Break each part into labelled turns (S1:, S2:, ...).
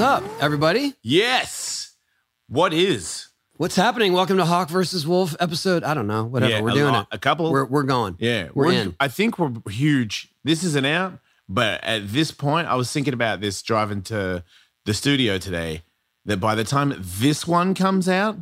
S1: up, everybody?
S2: Yes. What is?
S1: What's happening? Welcome to Hawk versus Wolf episode. I don't know. Whatever.
S2: Yeah,
S1: we're
S2: a
S1: doing
S2: lot-
S1: it.
S2: a couple.
S1: We're, we're going.
S2: Yeah.
S1: We're,
S2: we're-
S1: in.
S2: I think we're huge. This isn't out, but at this point, I was thinking about this driving to the studio today that by the time this one comes out,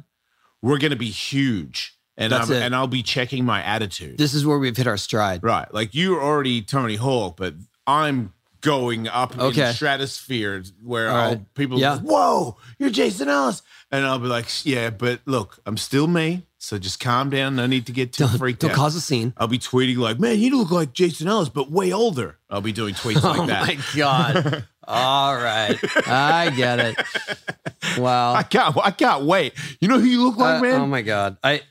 S2: we're going to be huge. And,
S1: That's
S2: I'm,
S1: it.
S2: and I'll be checking my attitude.
S1: This is where we've hit our stride.
S2: Right. Like you're already Tony Hawk, but I'm going up
S1: Okay.
S2: in stratosphere where
S1: All
S2: I'll,
S1: right.
S2: people,
S1: Yeah.
S2: whoa, you're Jason Ellis. And I'll be like, yeah, but look, I'm still me. So just calm down. No need to get too freaked
S1: Don't
S2: out.
S1: cause a scene.
S2: I'll be tweeting like, man, you look like Jason Ellis, but way older. I'll be doing tweets
S1: oh
S2: like that.
S1: my god. All right. I get it. Wow.
S2: I can't, I can't wait. You know who you look like,
S1: Uh,
S2: man?
S1: Oh my god. I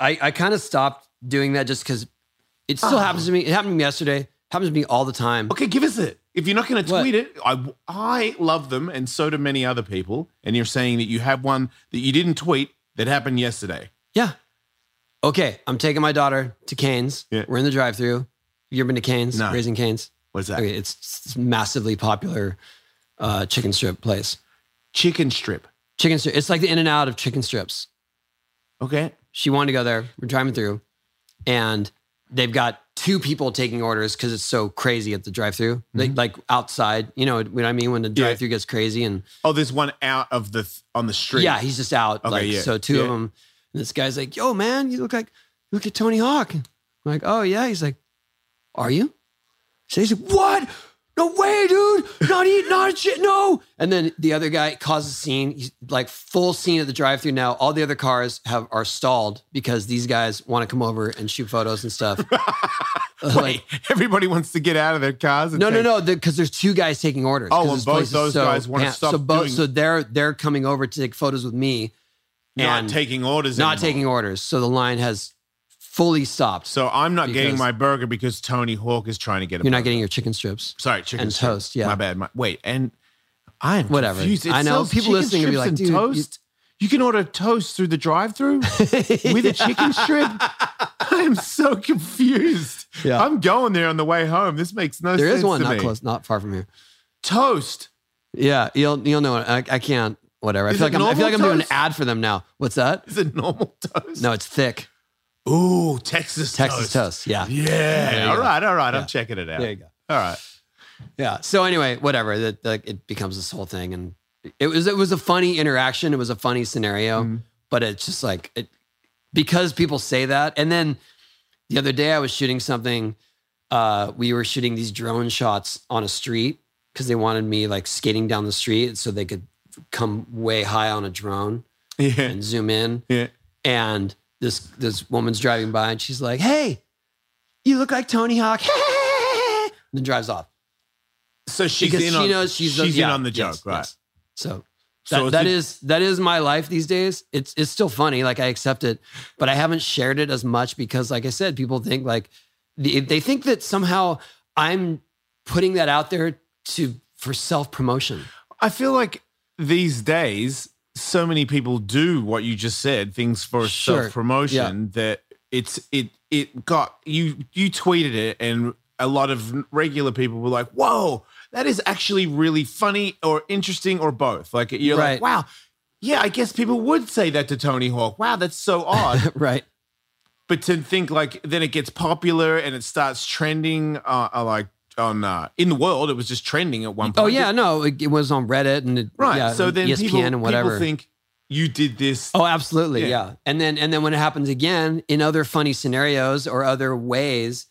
S1: I, I kind of stopped doing that just because it still happens to me. It happened to me yesterday. Happens to me all the time.
S2: Ah. okay, give us it. If you're not going to
S1: What?
S2: tweet it, I, I love them, and so do many other people. And you're saying that you have one that you didn't tweet that happened yesterday.
S1: Yeah. Okay. I'm taking my daughter to Canes.
S2: Yeah.
S1: We're in the drive-through. You ever been to Canes?
S2: No.
S1: Raising Canes.
S2: What's that?
S1: Okay, it's s- massively popular uh, chicken strip place.
S2: chicken strip.
S1: Chicken strip. It's like the in and out of chicken strips.
S2: Okay.
S1: She wanted to go there. We're driving through, and they've got two people taking orders because it's so crazy at the drive-through. Like, like outside, you know what I mean when the
S2: Yeah.
S1: drive-through gets crazy and
S2: Oh, there's one out of the on the street.
S1: Yeah, he's just out.
S2: Okay,
S1: like
S2: yeah,
S1: so, two of
S2: yeah.
S1: them. And this guy's like, "Yo, man, you look like look at Tony Hawk." I'm like, "Oh yeah." He's like, "Are you?" So he's like, "What? No way, dude! Not eat, not a shit, no!" And then the other guy causes a scene. He's like full scene at the drive-through. Now all the other cars have are stalled because these guys want to come over and shoot photos and stuff.
S2: Wait, everybody wants to get out of their cars. And
S1: No, no,
S2: take-
S1: no, because there's two guys taking orders.
S2: Oh,
S1: 'cause
S2: and
S1: this
S2: both
S1: place is
S2: those guys wanna
S1: pam-
S2: stop
S1: So both,
S2: doing-
S1: so they're they're coming over to take photos with me.
S2: Not
S1: and-
S2: taking orders.
S1: not
S2: anymore.
S1: taking orders. So the line has fully stopped.
S2: So I'm not getting
S1: Because-
S2: my burger because Tony Hawk is trying to get. A
S1: You're
S2: burger.
S1: not getting your chicken strips.
S2: Sorry, chicken
S1: and
S2: strip.
S1: toast, yeah.
S2: my bad. My, wait, and I am
S1: Whatever.
S2: Confused. It
S1: I know,
S2: sells
S1: people
S2: chicken
S1: listening will be
S2: strips
S1: like,
S2: and
S1: "Dude, you-
S2: toast. You, can order toast through the drive-through with a chicken strip. I am so confused.
S1: Yeah.
S2: I'm going there on the way home. This makes no
S1: There
S2: sense.
S1: is one
S2: to
S1: not
S2: me.
S1: close, not far from here.
S2: Toast.
S1: Yeah, you'll you'll know. it. I, I can't. Whatever. I
S2: Is
S1: feel
S2: it
S1: like I'm, I feel
S2: normal
S1: like I'm doing an
S2: toast?
S1: ad for them now. What's that?
S2: Is it normal toast?
S1: No, it's thick
S2: Ooh, Texas
S1: Texas toast. Yeah. There you
S2: Yeah. All
S1: go.
S2: right. All right. I'm checking it out.
S1: There you go.
S2: All right.
S1: Yeah. So anyway, whatever. That like it becomes this whole thing, and it was it was a funny interaction. It was a funny scenario, but it's just like it because people say that. And then the other day, I was shooting something. Uh, we were shooting these drone shots on a street because they wanted me like skating down the street so they could come way high on a drone
S2: Yeah.
S1: and zoom in
S2: Yeah.
S1: and this this woman's driving by and she's like, "Hey, you look like Tony Hawk." and then drives off
S2: So she's
S1: because
S2: in
S1: she
S2: on,
S1: knows she's,
S2: she's in
S1: yeah,
S2: on the joke,
S1: yes,
S2: right?
S1: yes. So that,
S2: So
S1: that
S2: the-
S1: is that is my life these days. It's it's still funny, like I accept it, but I haven't shared it as much because, like I said, people think like the, they think that somehow I'm putting that out there to for self promotion.
S2: I feel like these days, so many people do what you just said, things for
S1: Sure.
S2: self promotion that it's it it got you you tweeted it and a lot of regular people were like, Whoa, that is actually really funny or interesting or both. Like you're
S1: Right.
S2: like, Wow, yeah, I guess people would say that to Tony Hawk. Wow, that's so odd.
S1: Right.
S2: but to think like then it gets popular and it starts trending uh, uh, like on uh, in the world it was just trending at one point
S1: Oh yeah, no, it, it was on Reddit and it,
S2: right
S1: yeah, E
S2: so then
S1: ESPN
S2: people,
S1: and whatever.
S2: people think you did this
S1: Oh, absolutely. Yeah.
S2: Yeah.
S1: And then and then when it happens again in other funny scenarios or other ways,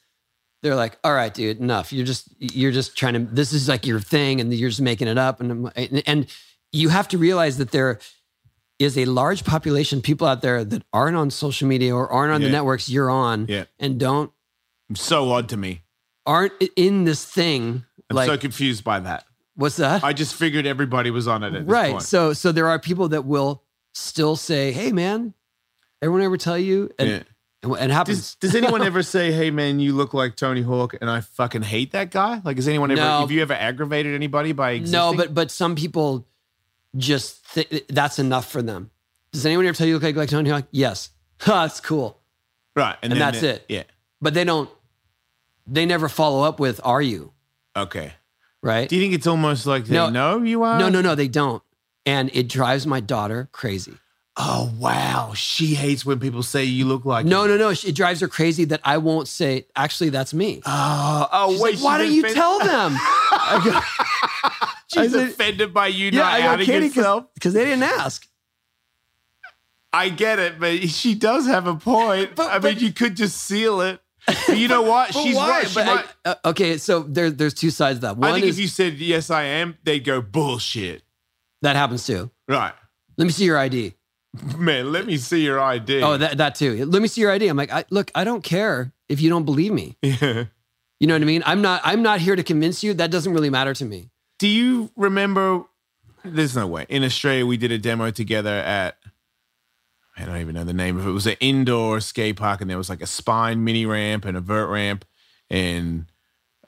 S1: they're like, "All right, dude, enough. You're just you're just trying to this is like your thing and you're just making it up." And I'm- and, and you have to realize that there is a large population of people out there that aren't on social media or aren't on the
S2: Yeah.
S1: networks you're on
S2: Yeah.
S1: and don't
S2: so odd to me
S1: aren't in this thing
S2: i'm
S1: like
S2: so confused by that
S1: what's that?
S2: i just figured everybody was on it at this
S1: right
S2: point.
S1: so so there are people that will still say hey man everyone ever tell you and,
S2: Yeah.
S1: and it happens
S2: does, does anyone ever say hey man you look like tony hawk and i fucking hate that guy like has anyone ever
S1: No.
S2: have you ever aggravated anybody by existing?
S1: no but but some people just th- that's enough for them does anyone ever tell you you look like, like tony hawk yes ha, that's cool
S2: right and,
S1: and
S2: then
S1: that's it.
S2: yeah
S1: but they don't they never follow up with are you
S2: okay
S1: right?
S2: Do you think it's almost like they
S1: No.
S2: know you are?
S1: No, no, no, they don't. And it drives my daughter crazy.
S2: Oh wow, she hates when people say you look like.
S1: No,
S2: him.
S1: no, no. It drives her crazy that I won't say, actually, that's me.
S2: Oh, oh
S1: She's
S2: wait.
S1: like, why
S2: she's
S1: don't you
S2: offend-
S1: tell them? I go,
S2: She's
S1: I said-
S2: offended by you
S1: yeah,
S2: not
S1: I got
S2: outing
S1: kidding
S2: yourself.
S1: because they didn't ask.
S2: I get it, but she does have a point.
S1: But-
S2: I
S1: but-
S2: mean, you could just seal it. But you know what?
S1: But
S2: She's
S1: why?
S2: right. She
S1: But I-
S2: might-
S1: uh, okay, so there, there's two sides to that.
S2: I
S1: One
S2: think
S1: is
S2: if you said yes, I am, they'd go bullshit.
S1: that happens too.
S2: Right,
S1: Let me see your ID.
S2: man. Let me see your ID.
S1: Oh, that, that too. Let me see your ID. I'm like, I, look, I don't care if you don't believe me.
S2: yeah.
S1: You know what I mean? I'm not. I'm not here to convince you. That doesn't really matter to me.
S2: Do you remember? There's no way. In Australia, we did a demo together at. I don't even know the name of it. It was an indoor skate park, and there was like a spine mini ramp and a vert ramp, and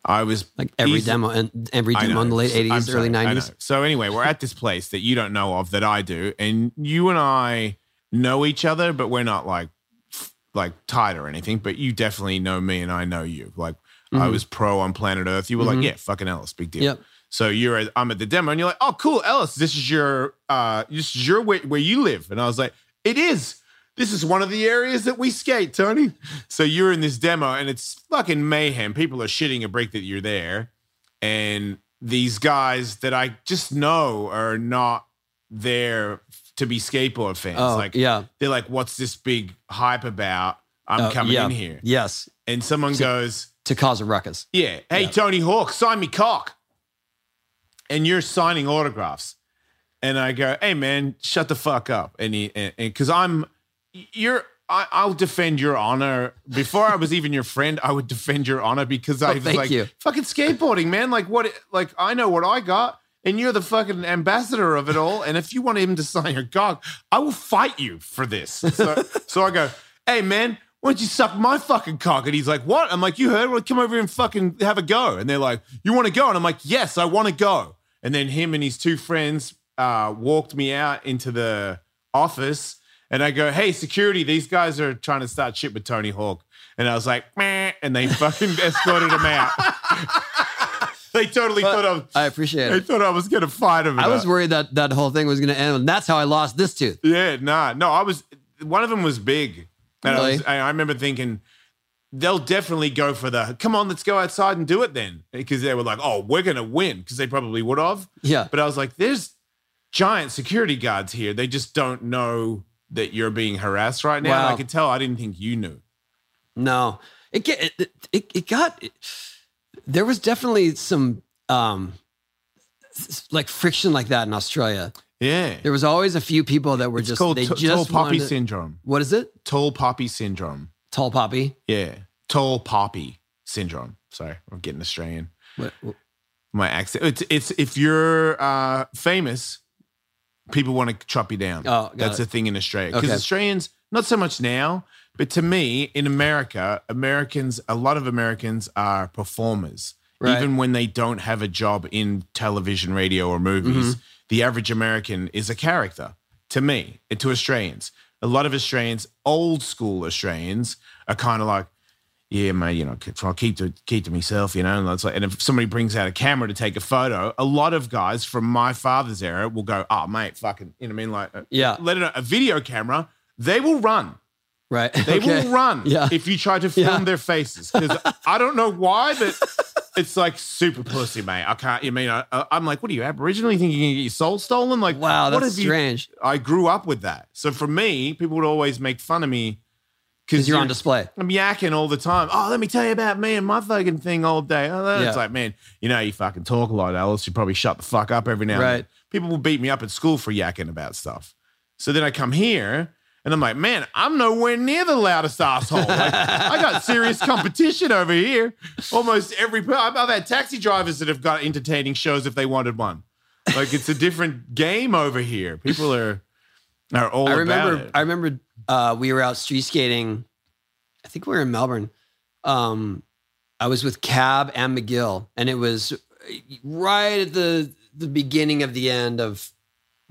S2: I was
S1: Like every
S2: Easy-
S1: demo and every
S2: I
S1: demo
S2: know.
S1: in the late
S2: I'm
S1: '80s,
S2: sorry.
S1: early
S2: I
S1: '90s.
S2: know. So anyway, we're at this place that you don't know of that I do, and you and I know each other, but we're not like f- like tied or anything. But you definitely know me, and I know you. Like I was pro on Planet Earth. You were
S1: Mhm.
S2: like, yeah, fucking Ellis, big deal.
S1: Mm-hmm. Yep.
S2: So you're at, I'm at the demo, and you're like, oh, cool, Ellis, this is your uh, this is your where, where you live, and I was like, it is. This is one of the areas that we skate, Tony. So you're in this demo, and it's fucking mayhem. People are shitting a break that you're there, and these guys that I just know are not there to be skateboard fans.
S1: Oh,
S2: like
S1: yeah.
S2: they're like, what's this big hype about? I'm
S1: Oh,
S2: coming
S1: yeah.
S2: in here,
S1: Yes,
S2: and someone goes.
S1: to cause a ruckus.
S2: Yeah. Hey,
S1: Yeah.
S2: Tony Hawk, sign me cock. And you're signing autographs. And I go, hey, man, shut the fuck up. And he, and because I'm, you're, I, I'll defend your honor. Before I was even your friend, I would defend your honor because I was
S1: Oh, thank
S2: like,
S1: you.
S2: fucking skateboarding, man. Like, what, like, I know what I got. And you're the fucking ambassador of it all. And if you want him to sign your cock, I will fight you for this. So, so I go, hey, man, why don't you suck my fucking cock? And he's like, what? I'm like, you heard? Well, come over here and fucking have a go. And they're like, you want to go? And I'm like, yes, I want to go. And then him and his two friends uh, walked me out into the office. And I go, hey, security, these guys are trying to start shit with Tony Hawk. And I was like, meh. And they fucking escorted him out. they totally thought I was,
S1: I appreciate
S2: they
S1: it.
S2: thought I was going to fight him.
S1: I
S2: And
S1: was worried that that whole thing was going to end, and that's how I lost this tooth.
S2: yeah, nah, no, I was. One of them was big, and I, was,
S1: Really?
S2: I, I remember thinking they'll definitely go for the come on, let's go outside and do it then, because they were like, oh, we're gonna win, because they probably would have.
S1: Yeah.
S2: But I was like, there's giant security guards here. They just don't know that you're being harassed right now. And
S1: Wow.
S2: I could tell. I didn't think you knew.
S1: No, it get it, it, it got. there was definitely some um s- like friction like that in Australia.
S2: Yeah,
S1: There was always a few people that were
S2: it's
S1: just
S2: called
S1: they
S2: t- tall
S1: just
S2: poppy
S1: wanted-
S2: syndrome.
S1: What is it?
S2: Tall poppy syndrome.
S1: Tall poppy.
S2: Yeah, tall poppy syndrome. Sorry, I'm getting Australian.
S1: What, what-
S2: my accent. It's it's if you're uh, famous, people want to chop you down.
S1: Oh, got
S2: that's
S1: it.
S2: a thing in Australia because
S1: Okay.
S2: Australians not so much now, but to me in America, Americans a lot of Americans are performers.
S1: Right.
S2: Even when they don't have a job in television, radio, or movies,
S1: Mm-hmm.
S2: the average American is a character to me and to Australians. A lot of Australians, old school Australians, are kind of like, yeah, mate, you know, I'll keep to keep to myself, you know. And it's like, and if somebody brings out a camera to take a photo, a lot of guys from my father's era will go, "Oh, mate, fucking," you know what I mean? Like, uh,
S1: Yeah.
S2: let it a video camera, they will run.
S1: right.
S2: They will run
S1: Yeah.
S2: if you try to film
S1: Yeah.
S2: their faces. Because I don't know why, but it's like super pussy, mate. I can't. You mean I, I- I'm like, what are you Aboriginal? You think you can get your soul stolen? Like,
S1: Wow,
S2: what
S1: that's
S2: have you-
S1: strange.
S2: I grew up with that. So for me, people would always make fun of me
S1: Because you're on
S2: you're-
S1: display.
S2: I'm yakking all the time. Oh, let me tell you about me and my fucking thing all day. Oh, that-
S1: Yeah.
S2: It's like, man, you know, you fucking talk a lot, Alice. You probably shut the fuck up every now
S1: Right.
S2: and then. People will beat me up at school for yakking about stuff. So then I come here and I'm like, man, I'm nowhere near the loudest asshole. Like, I got serious competition over here. Almost every, I've I've had taxi drivers that have got entertaining shows if they wanted one. Like it's a different game over here. People are are all
S1: I
S2: about
S1: remember.
S2: it.
S1: I remember uh, we were out street skating. I think we were in Melbourne. Um, I was with Cab and McGill, and it was right at the the beginning of the end of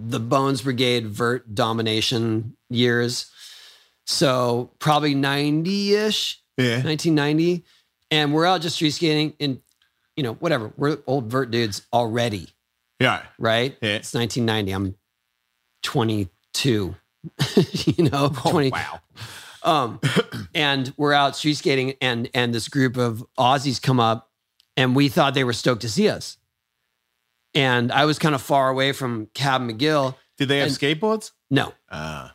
S1: the Bones Brigade vert domination years. So probably ninety ish,
S2: yeah.
S1: nineteen ninety, and we're out just street skating, and you know, whatever. We're old vert dudes already,
S2: Yeah.
S1: right?
S2: Yeah.
S1: It's 1990. I'm 22. you know, 20.
S2: Oh, Wow.
S1: Um, and we're out street skating, and and this group of Aussies come up, and we thought they were stoked to see us. And I was kind of far away from Cab McGill.
S2: Did they have
S1: And-
S2: skateboards?
S1: No,
S2: Uh,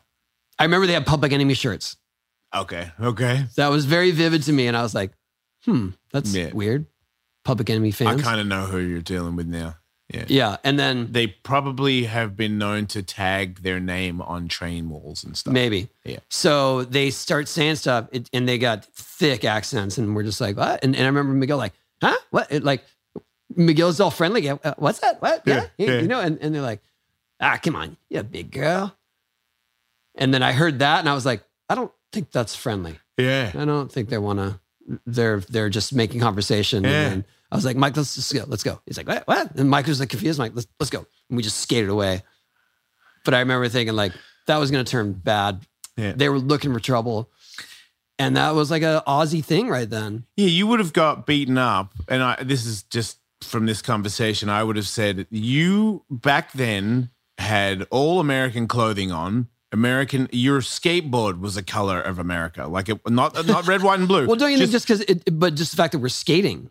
S1: I remember they had Public Enemy shirts.
S2: okay. Okay.
S1: That was very vivid to me, and I was like, "Hmm, that's
S2: Yeah.
S1: weird." Public Enemy
S2: I
S1: fans.
S2: kind of know who you're dealing with now. Yeah.
S1: yeah, and then
S2: They probably have been known to tag their name on train walls and stuff.
S1: maybe.
S2: Yeah.
S1: So they start saying stuff, it, and they got thick accents, and we're just like, "What?" And, and I remember Miguel like, "Huh? What?" It, like Miguel's all friendly. Yeah, uh, what's that? What? Yeah,
S2: Yeah,
S1: you-
S2: yeah.
S1: you know. And, and they're like, "Ah, come on, you big girl." And then I heard that, and I was like, "I don't think that's friendly.
S2: Yeah.
S1: I don't think they want to. They're they're just making conversation."
S2: Yeah.
S1: And then I was like, "Mike, let's just go. Let's go." He's like, "What? What?" And Mike was like confused. Mike, let's let's go. And we just skated away. But I remember thinking like that was going to turn bad
S2: Yeah.
S1: they were looking for trouble. And that was like a Aussie thing right then.
S2: Yeah, you would have got beaten up, and I, this is just from this conversation. I would have said you back then had all American clothing on. American, your skateboard was a color of America, like it, not not red, white, and blue.
S1: Well, don't you
S2: just,
S1: think just because, it, but just the fact that we're skating.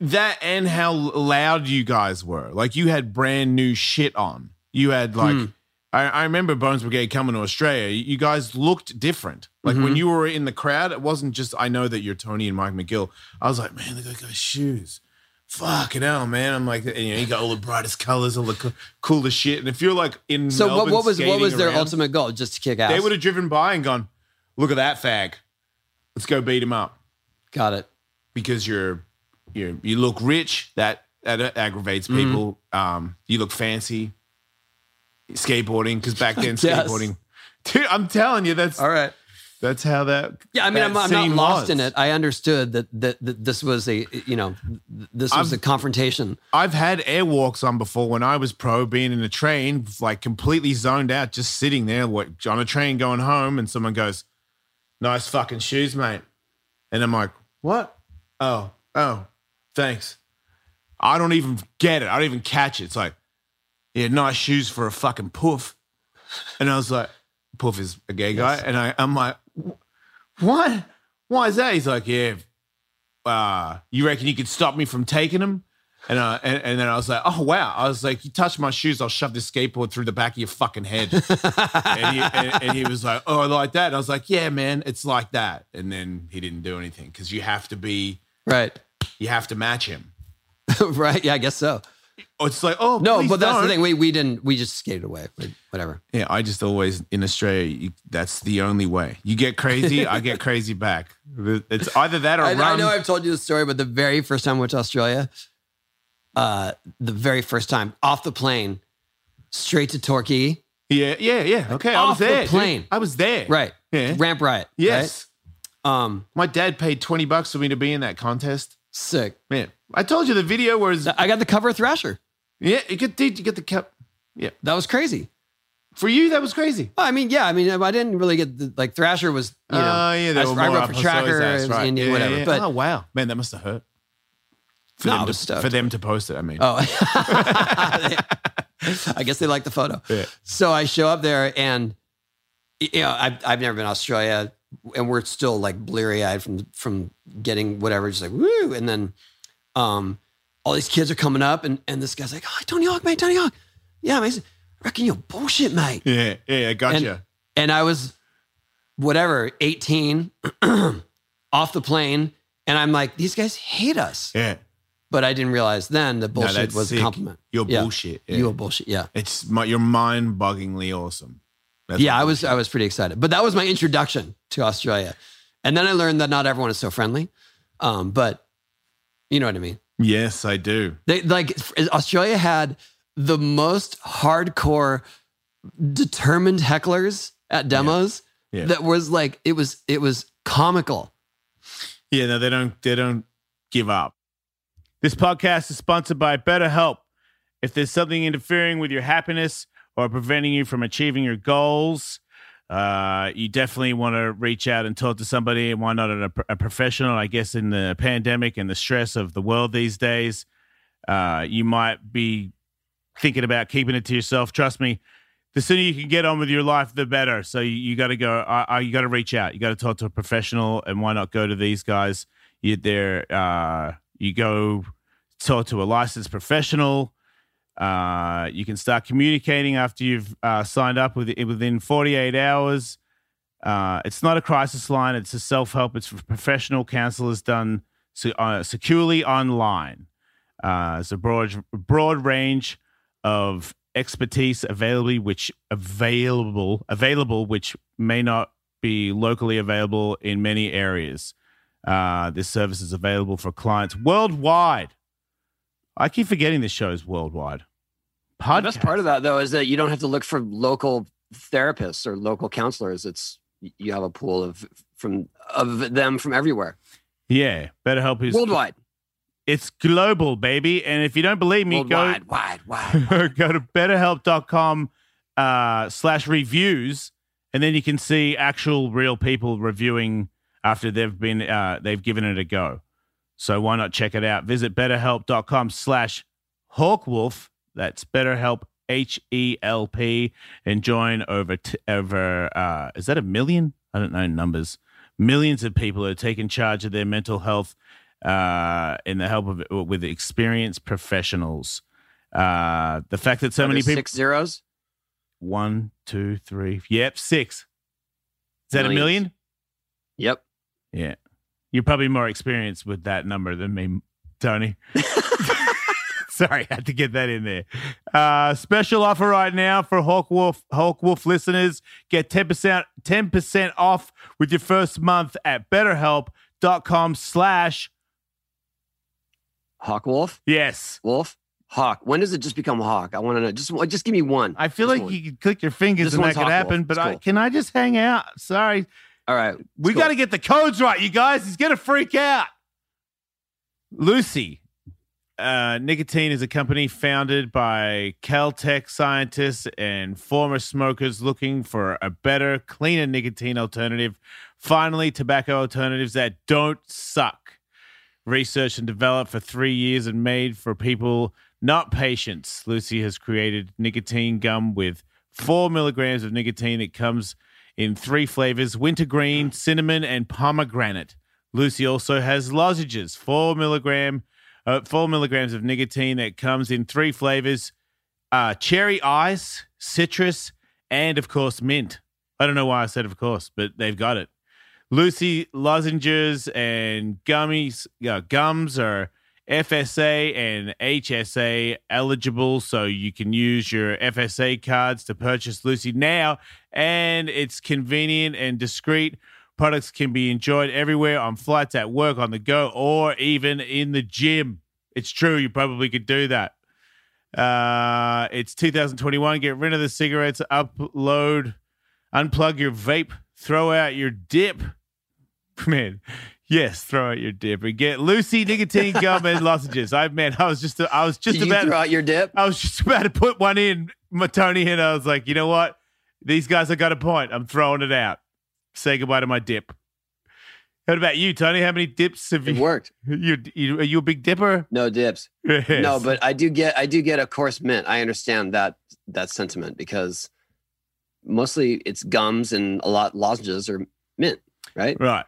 S2: that and how loud you guys were? Like you had brand new shit on. You had like.
S1: Hmm.
S2: I, I remember Bones Brigade coming to Australia. You guys looked different. Like
S1: Mm-hmm.
S2: when you were in the crowd, it wasn't just I know that you're Tony and Mike McGill. I was like, man, look at those shoes. Fucking hell, man! I'm like, you know, you got all the brightest colors, all the co- coolest shit. And if you're like in
S1: So what,
S2: Melbourne
S1: what was what
S2: skating
S1: was their
S2: around,
S1: ultimate goal? Just to kick ass.
S2: They would have driven by and gone, look at that fag. Let's go beat him up
S1: got it.
S2: because you're you you look rich that that aggravates
S1: Mm-hmm.
S2: people um you look fancy skateboarding because back then
S1: Yes.
S2: skateboarding dude i'm telling you that's
S1: All right.
S2: that's how that
S1: Yeah, I mean,
S2: that
S1: I'm, I'm not
S2: scene
S1: lost
S2: was.
S1: in it. I understood that, that that this was a you know th- this was a confrontation.
S2: i've had airwalks on before when i was pro being in a train like completely zoned out just sitting there like on a train going home and someone goes nice fucking shoes mate and i'm like what oh oh thanks I don't even get it. I don't even catch it. It's like, yeah, nice shoes for a fucking poof. And I was like, poof is a gay guy. And I, I'm like, "Wh- what? Why is that? He's like, yeah, uh, you reckon you could stop me from taking them? And, uh, and, and then I was like, oh, wow. I was like, you touch my shoes, I'll shove this skateboard through the back of your fucking head. and, he, and, and he was like, oh, like that. And I was like, yeah, man, it's like that. And then he didn't do anything because you have to be,
S1: Right.
S2: you have to match him.
S1: right. Yeah, I guess so.
S2: Oh, it's like, oh,
S1: No,
S2: please
S1: but that's the
S2: don't.
S1: thing. We we didn't. We just skated away. Like, Whatever.
S2: Yeah, I just always in Australia. You, that's the only way. You get crazy, I get crazy back. It's either that or
S1: I,
S2: run.
S1: I know I've told you the story, but the very first time I went to Australia, uh, the very first time off the plane, straight to Torquay,
S2: yeah, yeah, yeah. Okay, I
S1: off
S2: was
S1: the
S2: there. dude.
S1: plane.
S2: I was there.
S1: right?
S2: Yeah.
S1: Ramp riot.
S2: Yes.
S1: right? Um,
S2: My dad paid twenty bucks for me to be in that contest.
S1: sick.
S2: Man, I told you the video was.
S1: I got the cover of Thrasher.
S2: Yeah, you get dude, you get the cup. Yeah,
S1: That was crazy.
S2: for you that was crazy.
S1: Well, I mean, yeah. I mean, I didn't really get the, like Thrasher was. You know,
S2: Oh, yeah, they
S1: I,
S2: were
S1: I
S2: more
S1: wrote for
S2: up Osoi's
S1: Tracker,
S2: ass,
S1: it was
S2: right.
S1: Indian,
S2: Yeah,
S1: whatever.
S2: yeah.
S1: But
S2: oh wow, man, that must have hurt. For,
S1: No, I
S2: them
S1: was
S2: to,
S1: stoked.
S2: for them to post it, I mean.
S1: Oh, I guess they like the photo.
S2: Yeah.
S1: So I show up there, and you know, I've, I've never been to Australia, and we're still like bleary eyed from from getting whatever, just like woo, and then um, all these kids are coming up, and and this guy's like, "Oh, Tony Hawk, mate, Tony Hawk, yeah, mate, I reckon you're bullshit, mate."
S2: Yeah, yeah, I
S1: and,
S2: gotcha.
S1: and I was whatever, 18, off the plane, and I'm like, these guys hate us.
S2: yeah,
S1: But I didn't realize then that
S2: no,
S1: bullshit
S2: that's
S1: was
S2: sick.
S1: a compliment.
S2: You're
S1: Yeah.
S2: bullshit. Yeah.
S1: You are bullshit. Yeah.
S2: It's my, you're mind-bogglingly awesome. That's
S1: yeah,
S2: what
S1: I was uh, I was pretty excited. But that was my introduction to Australia. And then I learned that not everyone is so friendly. Um, but you know what I mean?
S2: Yes, I do.
S1: They like Australia had the most hardcore determined hecklers at demos
S2: Yeah.
S1: that was like it was it was comical.
S2: Yeah, no, they don't. They don't give up. This podcast is sponsored by BetterHelp. If there's something interfering with your happiness or preventing you from achieving your goals, uh, you definitely want to reach out and talk to somebody. Why not a, a professional? I guess in the pandemic and the stress of the world these days, uh, you might be thinking about keeping it to yourself. Trust me, the sooner you can get on with your life, the better. So you, you got to go. Uh, uh, you got to reach out. You got to talk to a professional, and why not go to these guys? You there. Uh, you go talk to a licensed professional. Uh, you can start communicating after you've uh, signed up with, within 48 hours. Uh, it's not a crisis line. It's a self-help. It's for professional counselors done se- uh, securely online. Uh, it's a broad, broad range of expertise available, which available, available, which may not be locally available in many areas. Uh, this service is available for clients worldwide. I keep forgetting this show is worldwide.
S1: The best part of that though is that you don't have to look for local therapists or local counselors. It's you have a pool of from of them from everywhere.
S2: yeah, BetterHelp is
S1: Worldwide.
S2: It's global, baby. And if you don't believe me, go
S1: Worldwide, wide, wide.
S2: go to betterhelp.com uh, slash reviews and then you can see actual real people reviewing after they've been uh, they've given it a go so why not check it out visit betterhelp.com slash hawkwolf that's betterhelp h-e-l-p and join over t- over uh, is that a million i don't know numbers millions of people are taking charge of their mental health uh, in the help of with experienced professionals uh, the fact that so
S1: Are
S2: many
S1: there
S2: people
S1: six zeros.
S2: one, two, three. Yep, six. Is that a
S1: Millions.
S2: million?
S1: Yep.
S2: Yeah. You're probably more experienced with that number than me, Tony. Sorry, had to get that in there. Uh, special offer right now for Hawk Wolf, Hawk Wolf listeners. Get 10%, 10% off with your first month at betterhelp.com slash
S1: Hawk Wolf.
S2: yes.
S1: Wolf. Hawk. When does it just become Hawk? I want to know. Just just give me one.
S2: I feel
S1: Just
S2: like
S1: one.
S2: you could click your fingers
S1: This
S2: and that
S1: one's
S2: could
S1: Hawk
S2: happen,
S1: Wolf.
S2: but
S1: It's
S2: I,
S1: cool.
S2: can I just hang out? Sorry.
S1: All right.
S2: We
S1: Cool.
S2: got to get the codes right, you guys. He's going to freak out. Lucy. Uh, Nicotine is a company founded by Caltech scientists and former smokers looking for a better, cleaner nicotine alternative. Finally, tobacco alternatives that don't suck. Researched and developed for three years and made for people, not patients. Lucy has created nicotine gum with four milligrams of nicotine. It comes in three flavors wintergreen, cinnamon, and pomegranate. Lucy also has lozenges, four milligram, uh, four milligrams of nicotine that comes in three flavors: uh, cherry ice, citrus, and of course mint. I don't know why I said of course, but they've got it. Lucy lozenges and gummies, uh, gums are FSA and HSA eligible, so you can use your FSA cards to purchase Lucy now and it's convenient and discreet. Products can be enjoyed everywhere on flights, at work, on the go, or even in the gym. It's true, you probably could do that. Uh, it's 2021. Get rid of the cigarettes, upload, unplug your vape, throw out your dip. Man, yes, throw out your dip and get Lucy nicotine gum and lozenges. I man, I was just I was just
S1: Did you
S2: about
S1: throw out your dip.
S2: I was just about to put one in my Tony, and I was like, you know what? These guys have got a point. I'm throwing it out. Say goodbye to my dip. What about you, Tony? How many dips have
S1: It
S2: you?
S1: worked.
S2: you, you are you a big dipper?
S1: No dips.
S2: Yes.
S1: No, but I do get I do get a coarse mint. I understand that that sentiment because mostly it's gums and a lot lozenges are mint, right?
S2: right.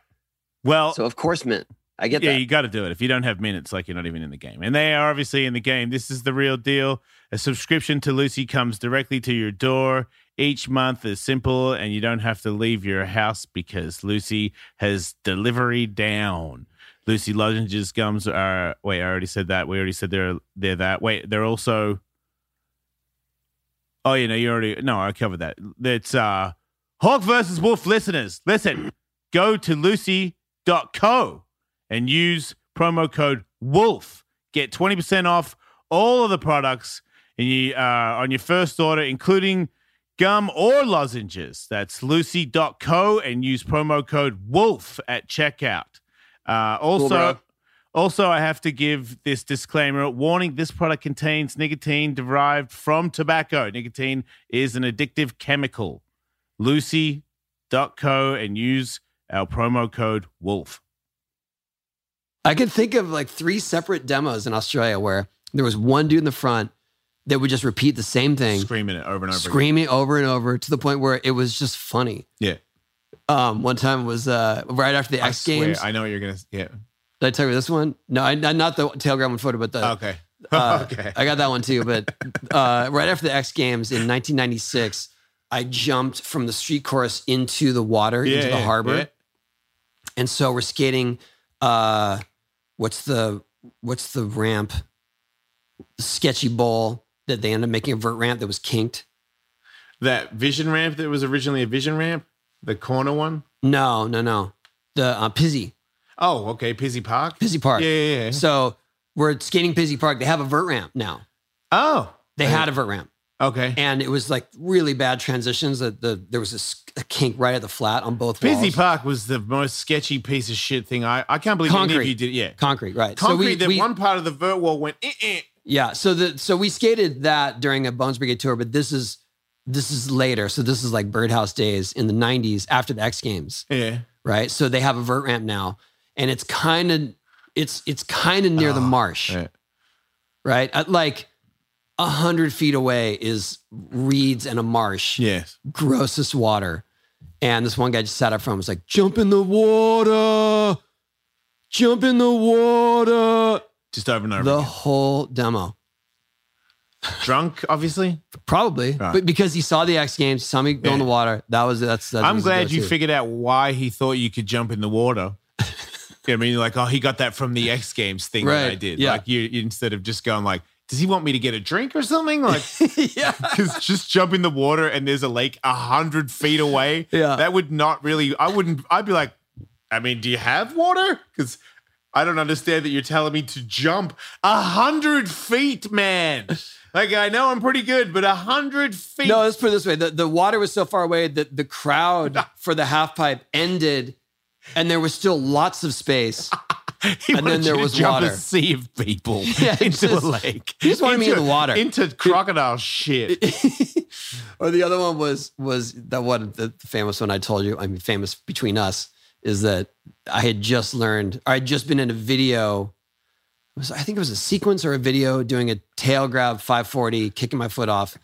S2: Well,
S1: So of course mint. I get
S2: Oh. yeah,
S1: that.
S2: you got to do it. If you don't have minutes, like you're not even in the game. And they are obviously in the game. This is the real deal. A subscription to Lucy comes directly to your door each month. is simple, and you don't have to leave your house because Lucy has delivery down. Lucy Lozenges gums are. Wait, I already said that. We already said they're they're that. Wait, they're also. Oh, you know, you already. No, I covered that. That's uh, Hawk versus Wolf listeners. Listen, go to lucy.co and use promo code WOLF. Get 20% off all of the products and you, uh, on your first order, including gum or lozenges. That's lucy.co and use promo code WOLF at checkout. Uh, also,
S1: bro.
S2: also, I have to give this disclaimer warning this product contains nicotine derived from tobacco. Nicotine is an addictive chemical. Lucy
S3: wolf.co and use our promo code WOLF.
S1: I can think of like three separate demos in Australia where there was one dude in the front that would just repeat the same thing,
S2: Screaming it over and over.
S1: screaming over and over to the point where it was just funny.
S2: Again.
S1: Um, one time was uh, right after the
S2: Yeah. I
S1: X
S2: swear.
S1: Games.
S2: I know what you're gonna. Yeah.
S1: Did I tell you this one? No, I, not the tailground one photo, but the
S2: Okay.
S1: Uh,
S2: okay.
S1: I got that one too. But uh, right after the X Games in 1996, I jumped from the street course into the water, into the
S2: yeah,
S1: harbor.
S2: yeah.
S1: And so we're skating. Uh, what's the what's the ramp? The sketchy bowl that they ended up making a vert ramp that was kinked.
S2: That vision ramp that was originally a vision ramp, the corner one.
S1: No, no, no. The uh, Pizzy
S2: Oh, okay. Pizzy Park.
S1: Pizzy Park.
S2: Yeah, yeah, yeah.
S1: So we're skating Pizzy Park. They have a vert ramp now.
S2: Oh,
S1: They had a vert ramp.
S2: okay.
S1: and it was like really bad transitions. That the there was this a kink right at the flat on both walls.
S2: Pizzy Park was the most sketchy piece of shit thing. I, I can't believe any
S1: Concrete.
S2: of you did. Yeah.
S1: concrete, right?
S2: Concrete
S1: so we,
S2: that
S1: we-
S2: one part of the vert wall went, eh, eh.
S1: yeah. So the so we skated that during a Bones Brigade tour, but this is this is later. So this is like Birdhouse days in the '90s after the X Games,
S2: Yeah.
S1: right? So they have a vert ramp now, and it's kind of it's it's kind of near the
S2: Oh,
S1: marsh,
S2: yeah.
S1: right? At like a hundred feet away is reeds and a marsh.
S2: Yes.
S1: grossest water. And this one guy just sat up front and was like, jump in the water, jump in the water.
S2: Just over and over.
S1: The
S2: again.
S1: whole demo.
S2: Drunk, obviously.
S1: Probably.
S2: Right.
S1: But because he saw the X Games, saw me go in the
S2: Yeah.
S1: water. That was that's, that's
S2: I'm glad you
S1: figured
S2: figured out why he thought you could jump in the water. You know what I mean, like, oh, he got that from the X Games thing that I
S1: Right,
S2: did.
S1: yeah.
S2: Like, you you- instead of just going like, does he want me to get a drink or something? Like,
S1: yeah.
S2: because just jump in the water and there's a lake a hundred feet away.
S1: Yeah.
S2: that would not really. I wouldn't. I'd be like, I mean, do you have water? Because I don't understand that you're telling me to jump a hundred feet, man. Like, I know I'm pretty good, but a hundred feet.
S1: No, let's put it this way. The, the water was so far away that the crowd for the half pipe ended and there was still lots of space.
S2: He
S1: And
S2: wanted
S1: then there
S2: you to
S1: was
S2: jump
S1: water.
S2: A sea of people
S1: Yeah,
S2: into
S1: it's just-
S2: a lake.
S1: he just wanted me
S2: into,
S1: in the water.
S2: Into crocodile shit.
S1: or the other one was was that one the famous one I told you. I mean, famous between us is that I had just learned. Or I had just been in a video. it was- I think it was a sequence or a video doing a tail grab 540, kicking my foot off,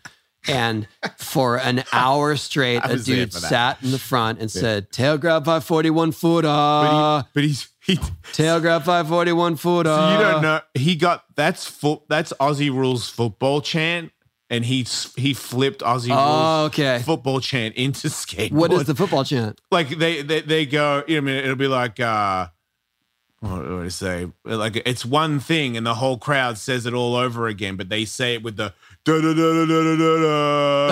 S1: and for an hour straight,
S2: I
S1: a
S2: was there
S1: dude
S2: for that.
S1: sat in the front and said, "Tail grab 540, one footer.
S2: but, he, but he's he.
S1: Tail grab 540, one footer."
S2: So you don't know. He got that's foot. That's Aussie rules football chant, and he s- he flipped Aussie
S1: Oh,
S2: rules
S1: okay.
S2: football chant into skateboard.
S1: What is the football chant?
S2: like? They they they go. You know, what I mean, it'll be like. uh what do I say? Like it's one thing, and the whole crowd says it all over again. But they say it with the da da da da da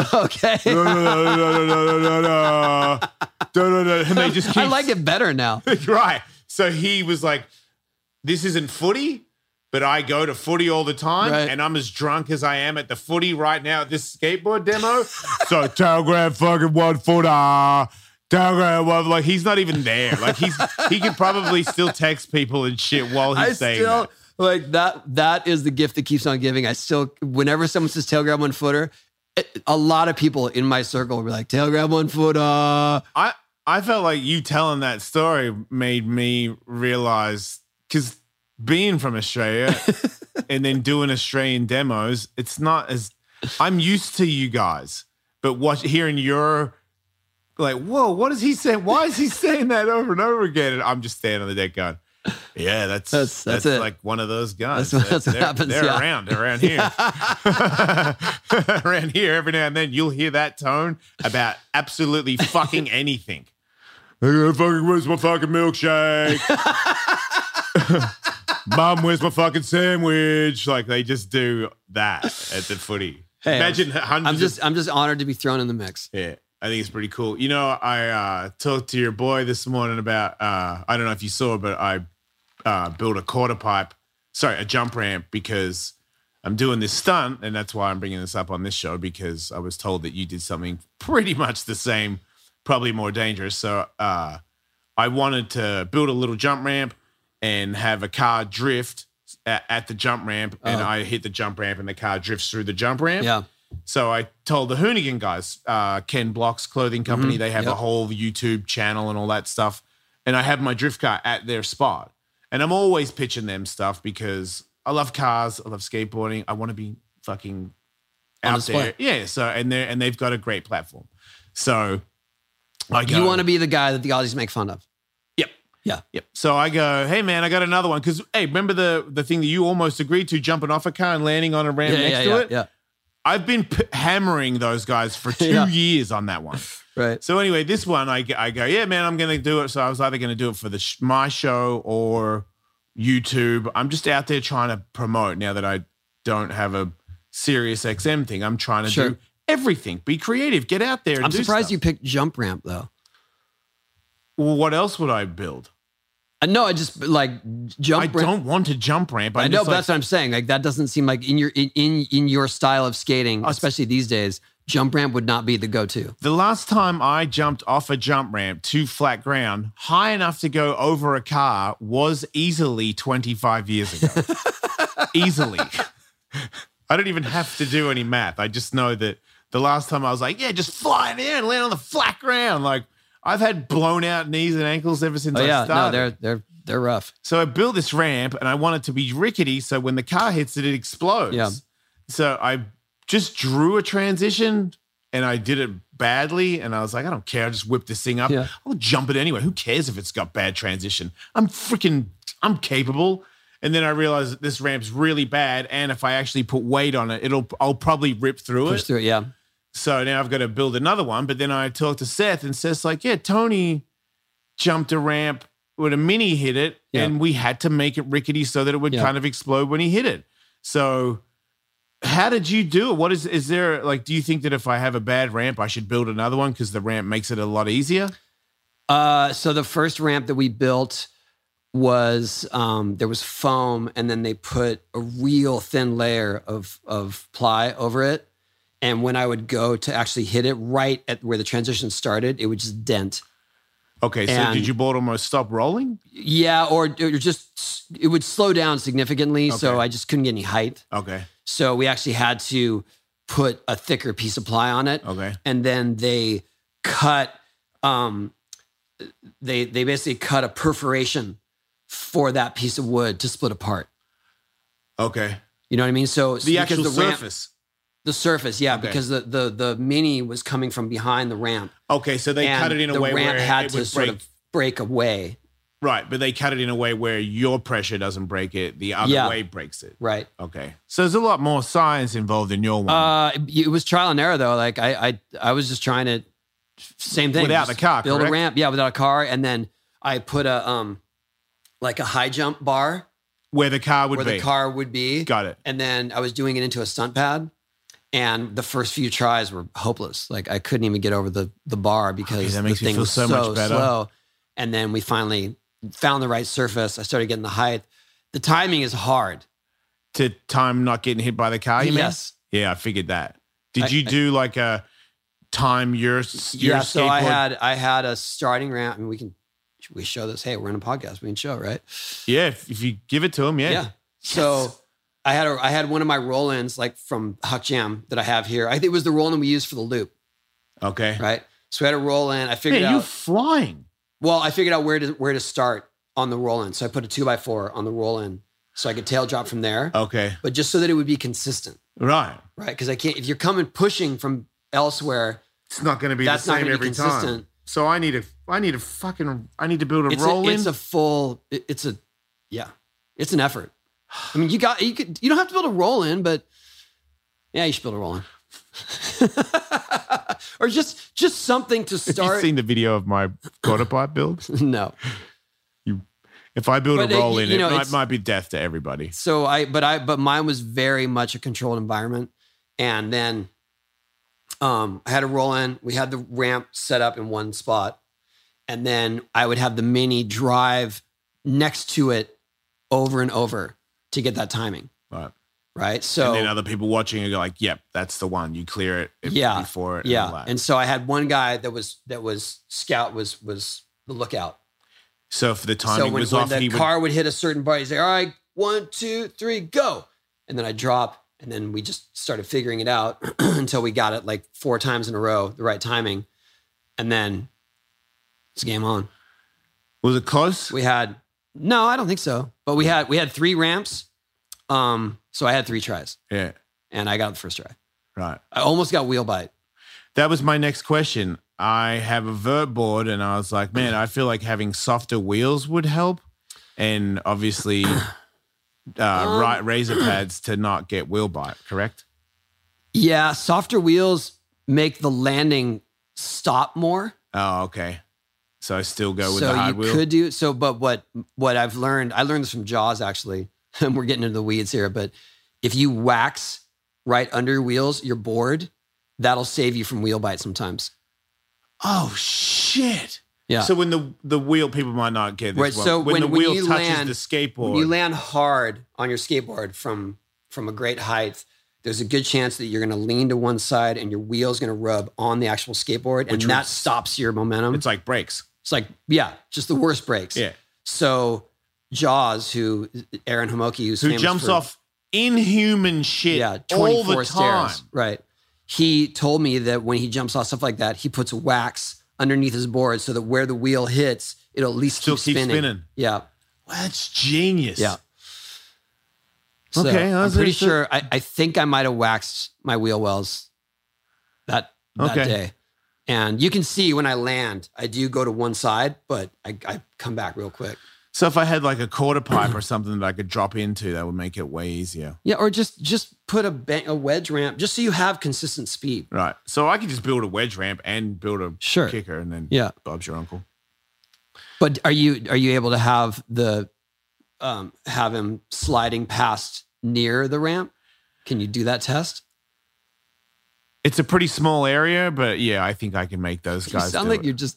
S2: da da.
S1: Okay.
S2: Da, da, da, da, da, da, da, da. Da, da, da. and they just keep
S1: I like it better now.
S2: right. So he was like, "This isn't footy, but I go to footy all the time,
S1: Right.
S2: and I'm as drunk as I am at the footy right now at this skateboard demo." so tail grab fucking one footer. Tail grab one. Like he's not even there. Like he's he could probably still text people and shit while he's
S1: I
S2: saying
S1: still
S2: that.
S1: like that. That is the gift that keeps on giving. I still, whenever someone says tail grab one footer, it- a lot of people in my circle were like tail grab one footer.
S2: I I felt like you telling that story made me realize because being from Australia and then doing Australian demos, it's not as I'm used to you guys, but what hearing your like, whoa, what is he saying? Why is he saying that over and over again? And I'm just standing on the deck going, yeah, that's
S1: That's-
S2: that's,
S1: that's it.
S2: like one of those guys.
S1: That's what- that's what
S2: they're
S1: happens,
S2: they're
S1: yeah.
S2: around around here. around here every now and then you'll hear that tone about absolutely fucking anything. Hey, fucking, where's my fucking milkshake? Mom, where's my fucking sandwich? Like they just do that at the footy.
S1: Hey,
S2: Imagine hundreds.
S1: I'm
S2: of-
S1: just, I'm just honored to be thrown in the mix.
S2: yeah, I think it's pretty cool. You know, I uh, talked to your boy this morning about. Uh, I don't know if you saw, but I uh, built a quarter pipe, sorry, a jump ramp because I'm doing this stunt, and that's why I'm bringing this up on this show because I was told that you did something pretty much the same, probably more dangerous. So uh, I wanted to build a little jump ramp and have a car drift at, at the jump ramp, and
S1: Oh.
S2: I hit the jump ramp, and the car drifts through the jump ramp
S1: Yeah.
S2: So I told the Hoonigan guys, uh, Ken Block's clothing company, they have
S1: Mm-hmm.
S2: a
S1: Yep.
S2: whole YouTube channel and all that stuff. And I had my drift car at their spot. And I'm always pitching them stuff because I love cars, I love skateboarding, I want to be fucking
S1: On
S2: out
S1: display.
S2: there. Yeah. So and they are and they've got a great platform. So I go,
S1: You want to be the guy that the Aussies make fun of.
S2: Yep.
S1: Yeah.
S2: Yep. So I go, hey man, I got another one. Cause hey, remember the the thing that you almost agreed to jumping off a car and landing on a ramp
S1: yeah,
S2: next
S1: yeah,
S2: to
S1: yeah,
S2: it?
S1: yeah.
S2: I've been p- hammering those guys for two
S1: Yeah.
S2: years on that one.
S1: Right.
S2: So anyway, this one I, g- I go, yeah, man, I'm gonna do it. So I was either gonna do it for the sh- my show or YouTube. I'm just out there trying to promote now that I don't have a serious XM thing. I'm trying to
S1: Sure.
S2: do everything. Be creative. Get out there. And
S1: I'm
S2: do
S1: surprised you
S2: stuff.
S1: picked jump ramp though.
S2: Well, what else would I build?
S1: I know. I just like jump.
S2: I
S1: ramp.
S2: don't want to jump ramp.
S1: I
S2: I'm
S1: know,
S2: just
S1: but
S2: like-
S1: that's what I'm saying. Like that doesn't seem like in your in in, in your style of skating, especially these days. Jump ramp would not be the go-to.
S2: The last time I jumped off a jump ramp to flat ground, high enough to go over a car, was easily 25 years ago. easily. I don't even have to do any math. I just know that the last time I was like, yeah, just fly in the air and land on the flat ground. Like, I've had blown out knees and ankles ever since
S1: Oh
S2: I
S1: yeah, no,
S2: started.
S1: they're they're they're rough.
S2: So I built this ramp and I want it to be rickety so when the car hits it, it explodes.
S1: Yeah.
S2: So I just drew a transition and I did it badly. And I was like, I don't care. I'll just whip this thing up.
S1: Yeah.
S2: I'll jump it anyway. Who cares if it's got bad transition? I'm freaking, I'm capable. And then I realized that this ramp's really bad. And if I actually put weight on it, it'll, I'll probably rip through
S1: Push
S2: it.
S1: through it. Yeah,
S2: So now I've got to build another one. But then I talked to Seth and Seth's like, yeah, Tony jumped a ramp when a mini hit it,
S1: Yeah.
S2: and we had to make it rickety so that it would
S1: Yeah.
S2: kind of explode when he hit it. So how did you do it? What is is there like do you think that if I have a bad ramp, I should build another one because the ramp makes it a lot easier?
S1: Uh, so the first ramp that we built was um, there was foam, and then they put a real thin layer of of ply over it. And when I would go to actually hit it right at where the transition started, it would just dent.
S2: Okay, so
S1: And-
S2: did your board almost stop rolling?
S1: Yeah, or it would just it would slow down significantly. So
S2: Okay.
S1: I just couldn't get any height.
S2: Okay.
S1: So we actually had to put a thicker piece of ply on it.
S2: Okay.
S1: And then they cut um they they basically cut a perforation for that piece of wood to split apart.
S2: Okay.
S1: You know what I mean? So
S2: The
S1: because
S2: actual
S1: ramp-
S2: surface.
S1: the surface, yeah,
S2: Okay.
S1: because the, the the mini was coming from behind the ramp.
S2: okay, so they
S1: and
S2: cut it in a
S1: the
S2: way
S1: ramp
S2: where
S1: had
S2: it
S1: to
S2: would
S1: sort
S2: break
S1: of break away,
S2: Right, but they cut it in a way where your pressure doesn't break it, the other
S1: Yeah.
S2: way breaks it.
S1: right?
S2: Okay. So there's a lot more science involved in your one
S1: Uh, it was trial and error though. Like I, I, I was just trying to same thing
S2: Without
S1: just
S2: the car,
S1: build
S2: correct?
S1: a ramp. Yeah, without a car, and then I put a um, like a high jump bar
S2: where the car would
S1: where
S2: be.
S1: the car would be.
S2: Got it.
S1: And then I was doing it into a stunt pad, and the first few tries were hopeless. Like I couldn't even get over the the bar because
S2: that
S1: the
S2: makes me
S1: thing
S2: feel
S1: was so
S2: so much better.
S1: slow. And then we finally found the right surface. I started getting the height. The timing is hard.
S2: To time not getting hit by the car, you mean?
S1: yes.
S2: Yeah, I figured that. Did
S1: I-
S2: you do like a time your, s- your
S1: yeah,
S2: skateboard?
S1: so I had I had a starting ramp, and we can we show this. Hey, we're in a podcast. We can show, right?
S2: yeah, if, if you give it to him, yeah.
S1: So I had a, I had one of my roll-ins like from Huck Jam that I have here. I think it was the roll-in we used for the loop,
S2: Okay.
S1: right? So we had a roll-in. I figured
S2: Man, you're
S1: out
S2: flying.
S1: well, I figured out where to where to start on the roll-in. So I put a two by four on the roll-in, so I could tail drop from there,
S2: Okay.
S1: but just so that it would be consistent,
S2: Right.
S1: right? Because I can't if you're coming pushing from elsewhere.
S2: It's not going to be
S1: That's
S2: the
S1: not
S2: same
S1: gonna be
S2: every
S1: consistent.
S2: time. So I need a, I need a fucking, I need to build a
S1: it's
S2: roll
S1: a,
S2: in.
S1: it's a full it- it's a yeah it's an effort i mean you got you could you don't have to build a roll in but yeah you should build a roll in or just just something to
S2: Have you
S1: start
S2: seen the video of my quarter pipe build?
S1: no
S2: If I build
S1: But,
S2: a
S1: uh,
S2: roll
S1: you-
S2: in,
S1: you
S2: it
S1: know,
S2: might,
S1: it's-
S2: might be death to everybody.
S1: so i but i but mine was very much a controlled environment and then um i had a roll in we had the ramp set up in one spot and then i would have the mini drive next to it over and over to get that timing
S2: Right.
S1: right so
S2: and then other people watching are like, "Yep, that's the one." You clear it, if-
S1: Yeah.
S2: before it, And all
S1: yeah
S2: that.
S1: and so i had one guy that was that was scout was was the lookout
S2: so if the timing
S1: so when,
S2: was
S1: when
S2: off,
S1: the
S2: he would.
S1: car would hit a certain bar he'd say all right one two three go and then i drop And then we just started figuring it out until we got it like four times in a row, the right timing. And then it's game on.
S2: Was it close?
S1: We had no, I don't think so. But we had we had three ramps. Um, so I had three tries
S2: Yeah.
S1: and I got the first try.
S2: Right.
S1: I almost got wheel bite.
S2: That was my next question. I have a vert board, and I was like, man, I feel like having softer wheels would help, and obviously, uh,
S1: Um,
S2: right razor pads to not get wheel bite. Correct.
S1: Yeah, softer wheels make the landing stop more.
S2: Oh, okay. So I still go with
S1: so
S2: the hard
S1: you
S2: wheel.
S1: could do so but what what i've learned i learned this from jaws actually and we're getting into the weeds here but if you wax right under your wheels your board that'll save you from wheel bite sometimes
S2: oh shit.
S1: yeah
S2: So when the the wheel people might not get this
S1: Right,
S2: one.
S1: so
S2: when,
S1: when-
S2: the
S1: when
S2: wheel
S1: you
S2: touches
S1: land-
S2: the
S1: when
S2: skateboard,
S1: you land hard on your skateboard from from a great height there's a good chance that you're going to lean to one side and your wheel's going to rub on the actual skateboard and
S2: Which
S1: that
S2: was-
S1: stops your momentum
S2: it's like brakes.
S1: it's like yeah just the worst breaks
S2: Yeah.
S1: so jaws who aaron homoki who's
S2: Who
S1: famous
S2: jumps
S1: for-
S2: off inhuman shit
S1: yeah,
S2: all
S1: 24
S2: the time.
S1: stairs. Right. He told me that when he jumps off stuff like that, he puts wax underneath his board so that where the wheel hits, it'll at least
S2: Still
S1: keep
S2: keeps
S1: spinning.
S2: spinning.
S1: Yeah.
S2: That's genius.
S1: Yeah. So
S2: Okay, I
S1: I'm
S2: was
S1: pretty
S2: interested-
S1: sure I, I think I might have waxed my wheel wells that that
S2: Okay.
S1: day. And you can see when I land, I do go to one side, but I, I come back real quick.
S2: So if I had like a quarter pipe or something that I could drop into, that would make it way easier.
S1: Yeah, or just just put a ban- a wedge ramp just so you have consistent speed.
S2: Right. So I could just build a wedge ramp and build a
S1: Sure.
S2: kicker and then
S1: Yeah.
S2: Bob's your uncle.
S1: But are you are you able to have the um, have him sliding past near the ramp? Can you do that test?
S2: It's a pretty small area, but yeah, I think I can make those
S1: You
S2: guys.
S1: sound
S2: do
S1: like
S2: it.
S1: you're just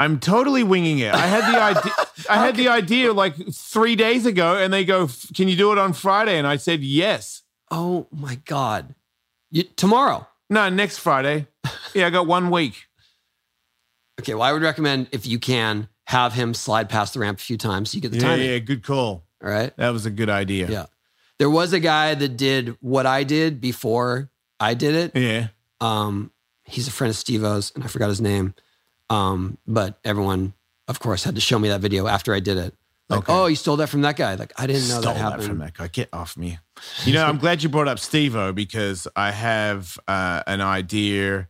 S2: I'm totally winging it. I had the idea. I had the idea like three days ago, and they go, "F- "Can you do it on Friday?" And I said, "Yes."
S1: oh my god. You, tomorrow.
S2: No, next Friday. Yeah, I got one week.
S1: Okay, well I would recommend if you can have him slide past the ramp a few times so you get the
S2: Yeah,
S1: timing.
S2: yeah, good call.
S1: All right.
S2: That was a good idea.
S1: Yeah. There was a guy that did what I did before I did it.
S2: yeah.
S1: Um, he's a friend of Steve-O's and I forgot his name. Um, but everyone, of course, had to show me that video after I did it. Like,
S2: Okay.
S1: oh, you stole that from that guy. Like, I didn't know
S2: Stole
S1: that happened.
S2: from that guy. Get off me. You know, I'm glad you brought up Stevo because I have uh, an idea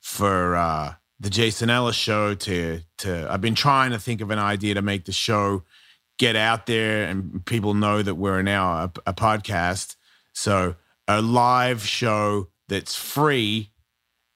S2: for uh, the Jason Ellis show. To to I've been trying to think of an idea to make the show get out there and people know that we're now a, a podcast. So a live show that's free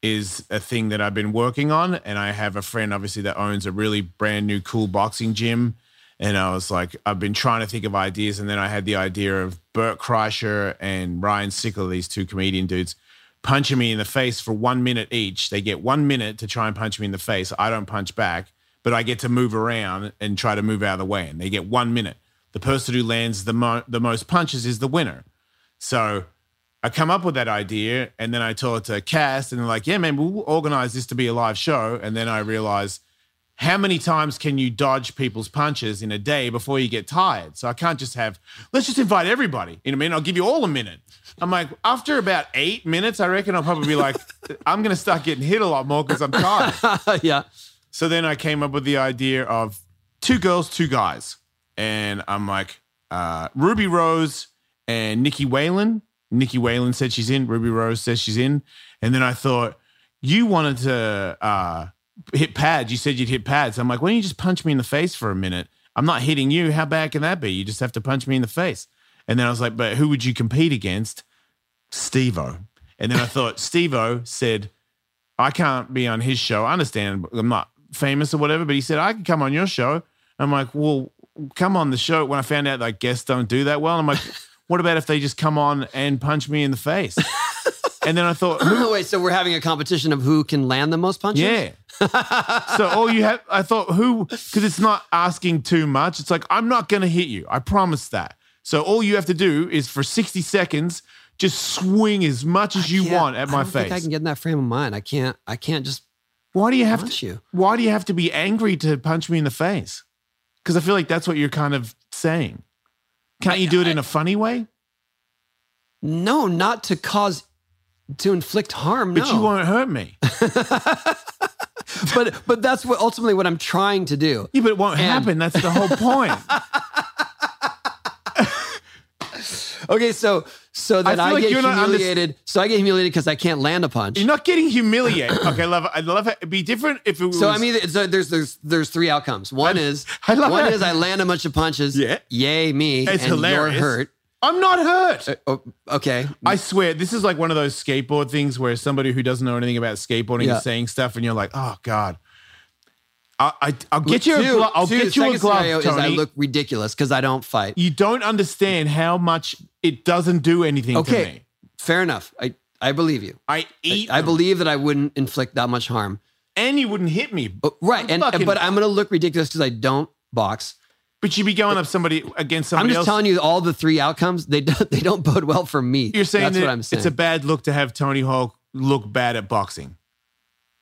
S2: is a thing that I've been working on. And I have a friend, obviously, that owns a really brand new cool boxing gym. And I was like, I've been trying to think of ideas. And then I had the idea of Bert Kreischer and Ryan Sickler, these two comedian dudes, punching me in the face for one minute each. They get one minute to try and punch me in the face. I don't punch back, but I get to move around and try to move out of the way. And they get one minute. The person who lands the, mo- the most punches is the winner. So I come up with that idea and then I told it to Cast and they're like, yeah, man, we'll organize this to be a live show. And then I realized how many times can you dodge people's punches in a day before you get tired? So I can't just have, let's just invite everybody. You know what I mean? I'll give you all a minute. I'm like, after about eight minutes, I reckon I'll probably be like, I'm going to start getting hit a lot more because I'm tired.
S1: yeah.
S2: So then I came up with the idea of two girls, two guys. And I'm like, uh, Ruby Rose and Nikki Whalen. Nikki Whalen said she's in. Ruby Rose says she's in. And then I thought, you wanted to uh, hit pads. You said you'd hit pads. I'm like, why don't you just punch me in the face for a minute? I'm not hitting you. How bad can that be? You just have to punch me in the face. And then I was like, but who would you compete against? Stevo. And then I thought, Stevo said, I can't be on his show. I understand I'm not famous or whatever, but he said, I can come on your show. I'm like, well, come on the show. When I found out like guests don't do that well, I'm like, what about if they just come on and punch me in the face? and then I thought, who
S1: Oh, wait, so we're having a competition of who can land the most punches?
S2: yeah. so all you have, I thought, who? Because it's not asking too much. It's like I'm not going to hit you. I promise that. So all you have to do is for 60 seconds, just swing as much as you
S1: Can't-
S2: want at my
S1: I don't think
S2: face.
S1: I can get in that frame of mind. I can't I can't just
S2: why do you have
S1: punch
S2: to?
S1: you.
S2: Why do you have to be angry to punch me in the face? Because I feel like that's what you're kind of saying. Can't you do it in a funny way?
S1: No, not to cause to inflict harm.
S2: But
S1: no.
S2: you won't hurt me.
S1: But but that's what ultimately what I'm trying to do.
S2: Yeah, but it won't happen. That's the whole point.
S1: Okay, so so then
S2: feel
S1: I,
S2: like
S1: get
S2: you're not under-
S1: humiliated. so I get humiliated because I can't land a punch.
S2: You're not getting humiliated. Okay, love. I love it. It'd be different if it was.
S1: So I mean, so there's there's there's three outcomes. One is
S2: I love
S1: one
S2: that.
S1: is I land a bunch of punches.
S2: Yeah.
S1: Yay me.
S2: It's
S1: and you're
S2: hilarious.
S1: hurt.
S2: I'm not hurt.
S1: Oh, okay.
S2: I swear, this is like one of those skateboard things where somebody who doesn't know anything about skateboarding
S1: Yeah.
S2: is saying stuff, and you're like, "Oh God, I, I I'll get you
S1: Two-
S2: a glove. I'll
S1: two,
S2: get you a
S1: second scenario
S2: glove,
S1: is I
S2: Tony.
S1: look ridiculous because I don't fight.
S2: you don't understand how much it doesn't do anything
S1: Okay.
S2: to me.
S1: Fair enough. I I believe you.
S2: I eat.
S1: I
S2: them,
S1: believe that I wouldn't inflict that much harm.
S2: and you wouldn't hit me,
S1: But, right.
S2: I'm
S1: And
S2: fucking-
S1: but I'm gonna look ridiculous because I don't box.
S2: but you'd be going up somebody against
S1: I'm
S2: somebody
S1: just
S2: else.
S1: telling you all the three outcomes. They don't they don't bode well for me.
S2: you're saying
S1: that's
S2: that
S1: what I'm saying.
S2: it's a bad look to have Tony Hawk look bad at boxing.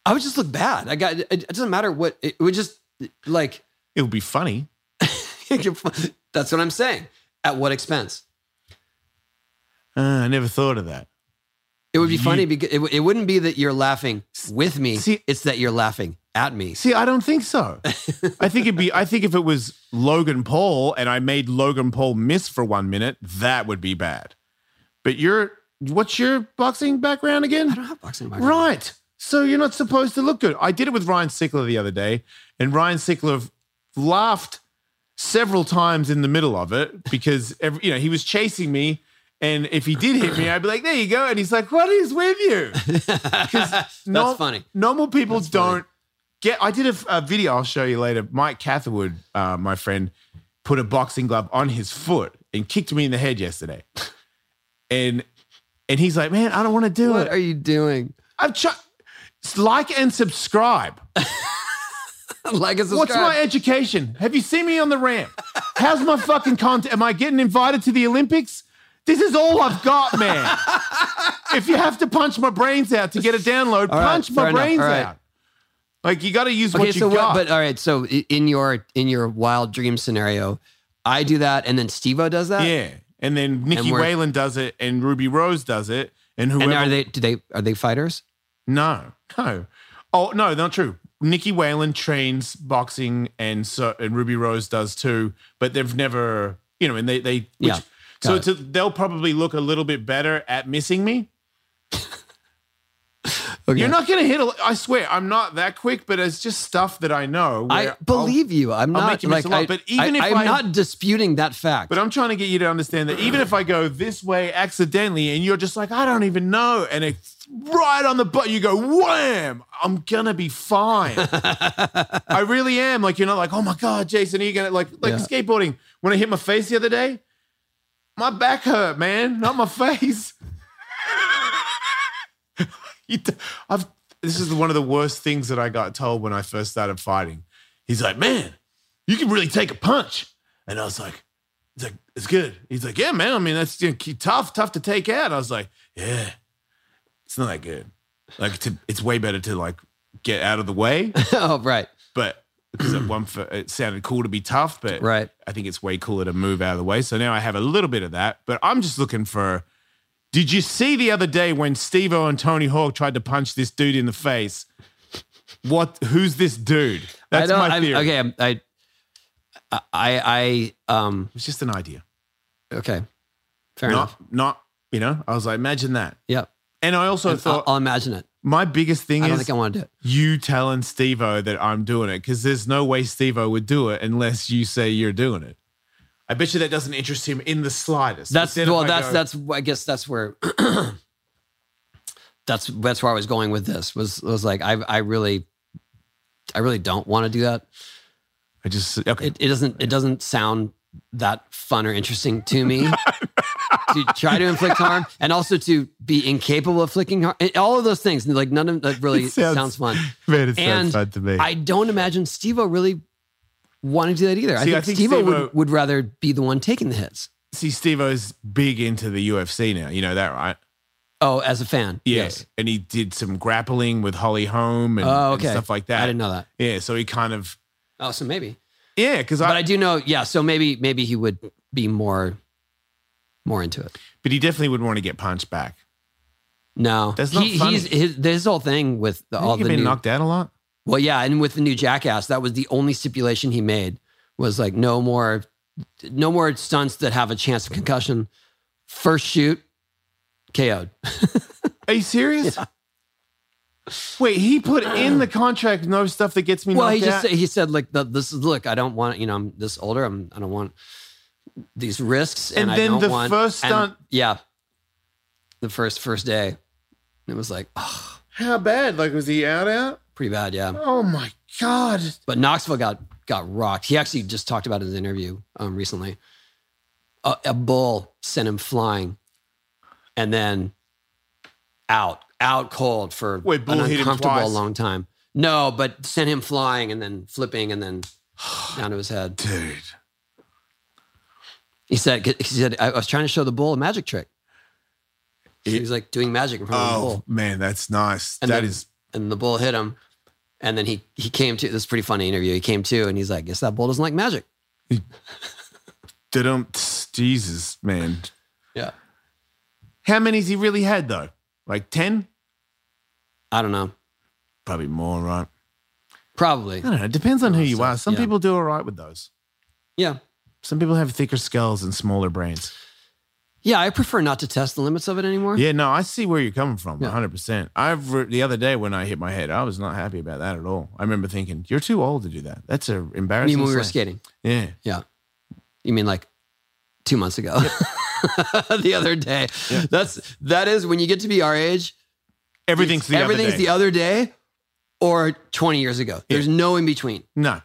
S1: I would just look bad. I got. It, it doesn't matter what. It would just like.
S2: It would be funny.
S1: that's what I'm saying. At what expense?
S2: Uh, I never thought of that.
S1: It would be
S2: You-
S1: funny because it, w- it wouldn't be that you're laughing with me.
S2: See-
S1: it's that you're laughing at me.
S2: See, I don't think so. I think it'd be. I think if it was Logan Paul and I made Logan Paul miss for one minute, that would be bad. But you're. What's your boxing background
S1: I
S2: again?
S1: don't have boxing in my room.
S2: Right. So you're not supposed to look good. I did it with Ryan Sickler the other day, and Ryan Sickler laughed several times in the middle of it because every, you know he was chasing me. And if he did hit me, I'd be like, "There you go," and he's like, "What is with you?"
S1: That's
S2: Nor-
S1: funny.
S2: Normal people
S1: That's funny.
S2: don't get. I did a, f- a video. I'll show you later. Mike Catherwood, uh, my friend, put a boxing glove on his foot and kicked me in the head yesterday. and and he's like, man, I don't want to do
S1: What
S2: it.
S1: are you doing?
S2: I've tried. Like and subscribe.
S1: like and subscribe.
S2: What's my education? Have you seen me on the ramp? How's my fucking content? Am I getting invited to the Olympics? This is all I've got, man. if you have to punch my brains out to get a download,
S1: All right,
S2: punch my
S1: fair enough.
S2: brains
S1: All right.
S2: out. Like you got to use
S1: okay,
S2: what you
S1: so
S2: got.
S1: but all right. So i- in your in your wild dream scenario, I do that, and then Stevo does that.
S2: yeah, and then Nikki
S1: uh, we're-
S2: Whalen does it, and Ruby Rose does it, and whoever.
S1: And are they do they are they fighters?
S2: no, no. Oh no, not true. Nikki Whalen trains boxing, and so and Ruby Rose does too. But they've never, you know, and they they which,
S1: Yeah,
S2: So
S1: got
S2: it's a, they'll probably look a little bit better at missing me.
S1: Okay.
S2: You're not gonna hit. A, I swear, I'm not that quick, but it's just stuff that I know.
S1: I
S2: where I'll-
S1: believe you. I'm
S2: I'll
S1: not
S2: make you
S1: like
S2: miss a lot,
S1: I,
S2: but even if
S1: I, am
S2: I-
S1: not disputing that fact.
S2: But I'm trying to get you to understand that even if I go this way accidentally and you're just like, I don't even know, and it's right on the butt, you go, wham, I'm gonna be fine. I really am. Like, you're not like, oh my God, Jason, are you gonna, like, like
S1: Yeah.
S2: skateboarding. When I hit my face the other day, my back hurt, man, not my face. You d- I've, this is one of the worst things that I got told when I first started fighting. He's like, man, you can really take a punch. And I was like, it's like, it's good. He's like, yeah, man. I mean, that's you know, ke- tough, tough to take out. I was like, yeah, it's not that good. Like, to, it's way better to like get out of the way.
S1: oh, right,
S2: But because it, one for, it sounded cool to be tough, but
S1: right.
S2: I think it's way cooler to move out of the way. So now I have a little bit of that. But I'm just looking for. Did you see the other day when Steve O and Tony Hawk tried to punch this dude in the face? What? Who's this dude? That's
S1: I don't,
S2: my
S1: I'm-
S2: theory.
S1: okay, I'm- I, I, I, um,
S2: It's just an idea.
S1: okay, fair
S2: not,
S1: enough.
S2: not. You know, I was like, imagine that.
S1: Yeah,
S2: And I also
S1: And I'll,
S2: thought
S1: I'll imagine it.
S2: my biggest thing
S1: I don't
S2: is
S1: think I want to do it.
S2: you telling Steve-O that I'm doing it because there's no way Steve-O would do it unless you say you're doing it. I bet you that doesn't interest him in the slightest.
S1: That's
S2: Instead, if
S1: well,
S2: I
S1: that's
S2: go,
S1: that's I guess that's where. That's that's where I was going with this. Was was like I I really, I really don't want to do that.
S2: I just okay.
S1: It, it doesn't it doesn't sound that fun or interesting to me to try to inflict harm and also to be incapable of inflicting harm. And All of those things, like none of that really
S2: It sounds-
S1: sounds, fun.
S2: Man, it
S1: And
S2: sounds fun to me.
S1: I don't imagine Stevo really wanting to do that either.
S2: See, I
S1: I think,
S2: think
S1: Stevo
S2: Steve-O-
S1: would, would rather be the one taking the hits.
S2: See, Steve-O's big into the UFC now. You know that, right?
S1: Oh, as a fan, yes.
S2: And he did some grappling with Holly Holm and,
S1: Oh,
S2: and
S1: okay.
S2: stuff like that.
S1: I didn't know that.
S2: Yeah, so he kind of
S1: Oh, so maybe.
S2: yeah, because
S1: But
S2: I,
S1: I do know, yeah. So maybe maybe he would be more more into it.
S2: But he definitely would want to get punched back.
S1: No,
S2: That's not funny.
S1: He's, his, his whole thing with the, all
S2: All
S1: the
S2: you been
S1: new-
S2: knocked down a lot.
S1: well, yeah, and with the new Jackass, that was the only stipulation he made was like no more, no more stunts that have a chance of concussion. First shoot, KO'd.
S2: Are you serious? Wait, he put in the contract no stuff that gets me
S1: Well,
S2: knocked
S1: he just
S2: out.
S1: said- he said like the, this is look, I don't want you know I'm this older, I'm I don't want these risks, and,
S2: And
S1: I
S2: then
S1: don't
S2: the
S1: want-
S2: first
S1: and-
S2: stunt-
S1: yeah, the first first day, it was like oh,
S2: How bad? Like, was he out out?
S1: pretty bad, yeah.
S2: Oh my god!
S1: But Knoxville got got rocked. He actually just talked about it in his interview um, recently. A, a bull sent him flying, and then out out cold for
S2: Wait,
S1: an
S2: bull hit him
S1: uncomfortable
S2: twice?
S1: long time. No, but sent him flying and then flipping and then down to his head.
S2: Dude,
S1: He said, he said, I was trying to show the bull a magic trick. So he was like doing magic in front of the
S2: oh
S1: bull.
S2: man, that's nice.
S1: And
S2: that
S1: then-
S2: is
S1: And the bull hit him. And then he he came to this is a pretty funny interview. He came to and he's like, guess that bull doesn't like magic.
S2: da Jesus, man.
S1: Yeah.
S2: How many's he really had though? Like ten?
S1: I don't know.
S2: Probably more, right?
S1: Probably.
S2: I don't know. It depends on who you
S1: so,
S2: are. Some
S1: yeah.
S2: people do all right with those.
S1: Yeah.
S2: Some people have thicker skulls and smaller brains.
S1: Yeah, I prefer not to test the limits of it anymore.
S2: Yeah, no, I see where you're coming from,
S1: Yeah.
S2: 100%. I've re- the other day when I hit my head, I was not happy about that at all. I remember thinking, "You're too old to do that. That's a
S1: I
S2: embarrassing."
S1: mean when we were
S2: slang."
S1: skating.
S2: Yeah,
S1: Yeah. You mean like two months ago? the other day. That's that is when you get to be our age,
S2: everything's the
S1: everything's
S2: other day.
S1: the other day or 20 years ago. There's no in between.
S2: no,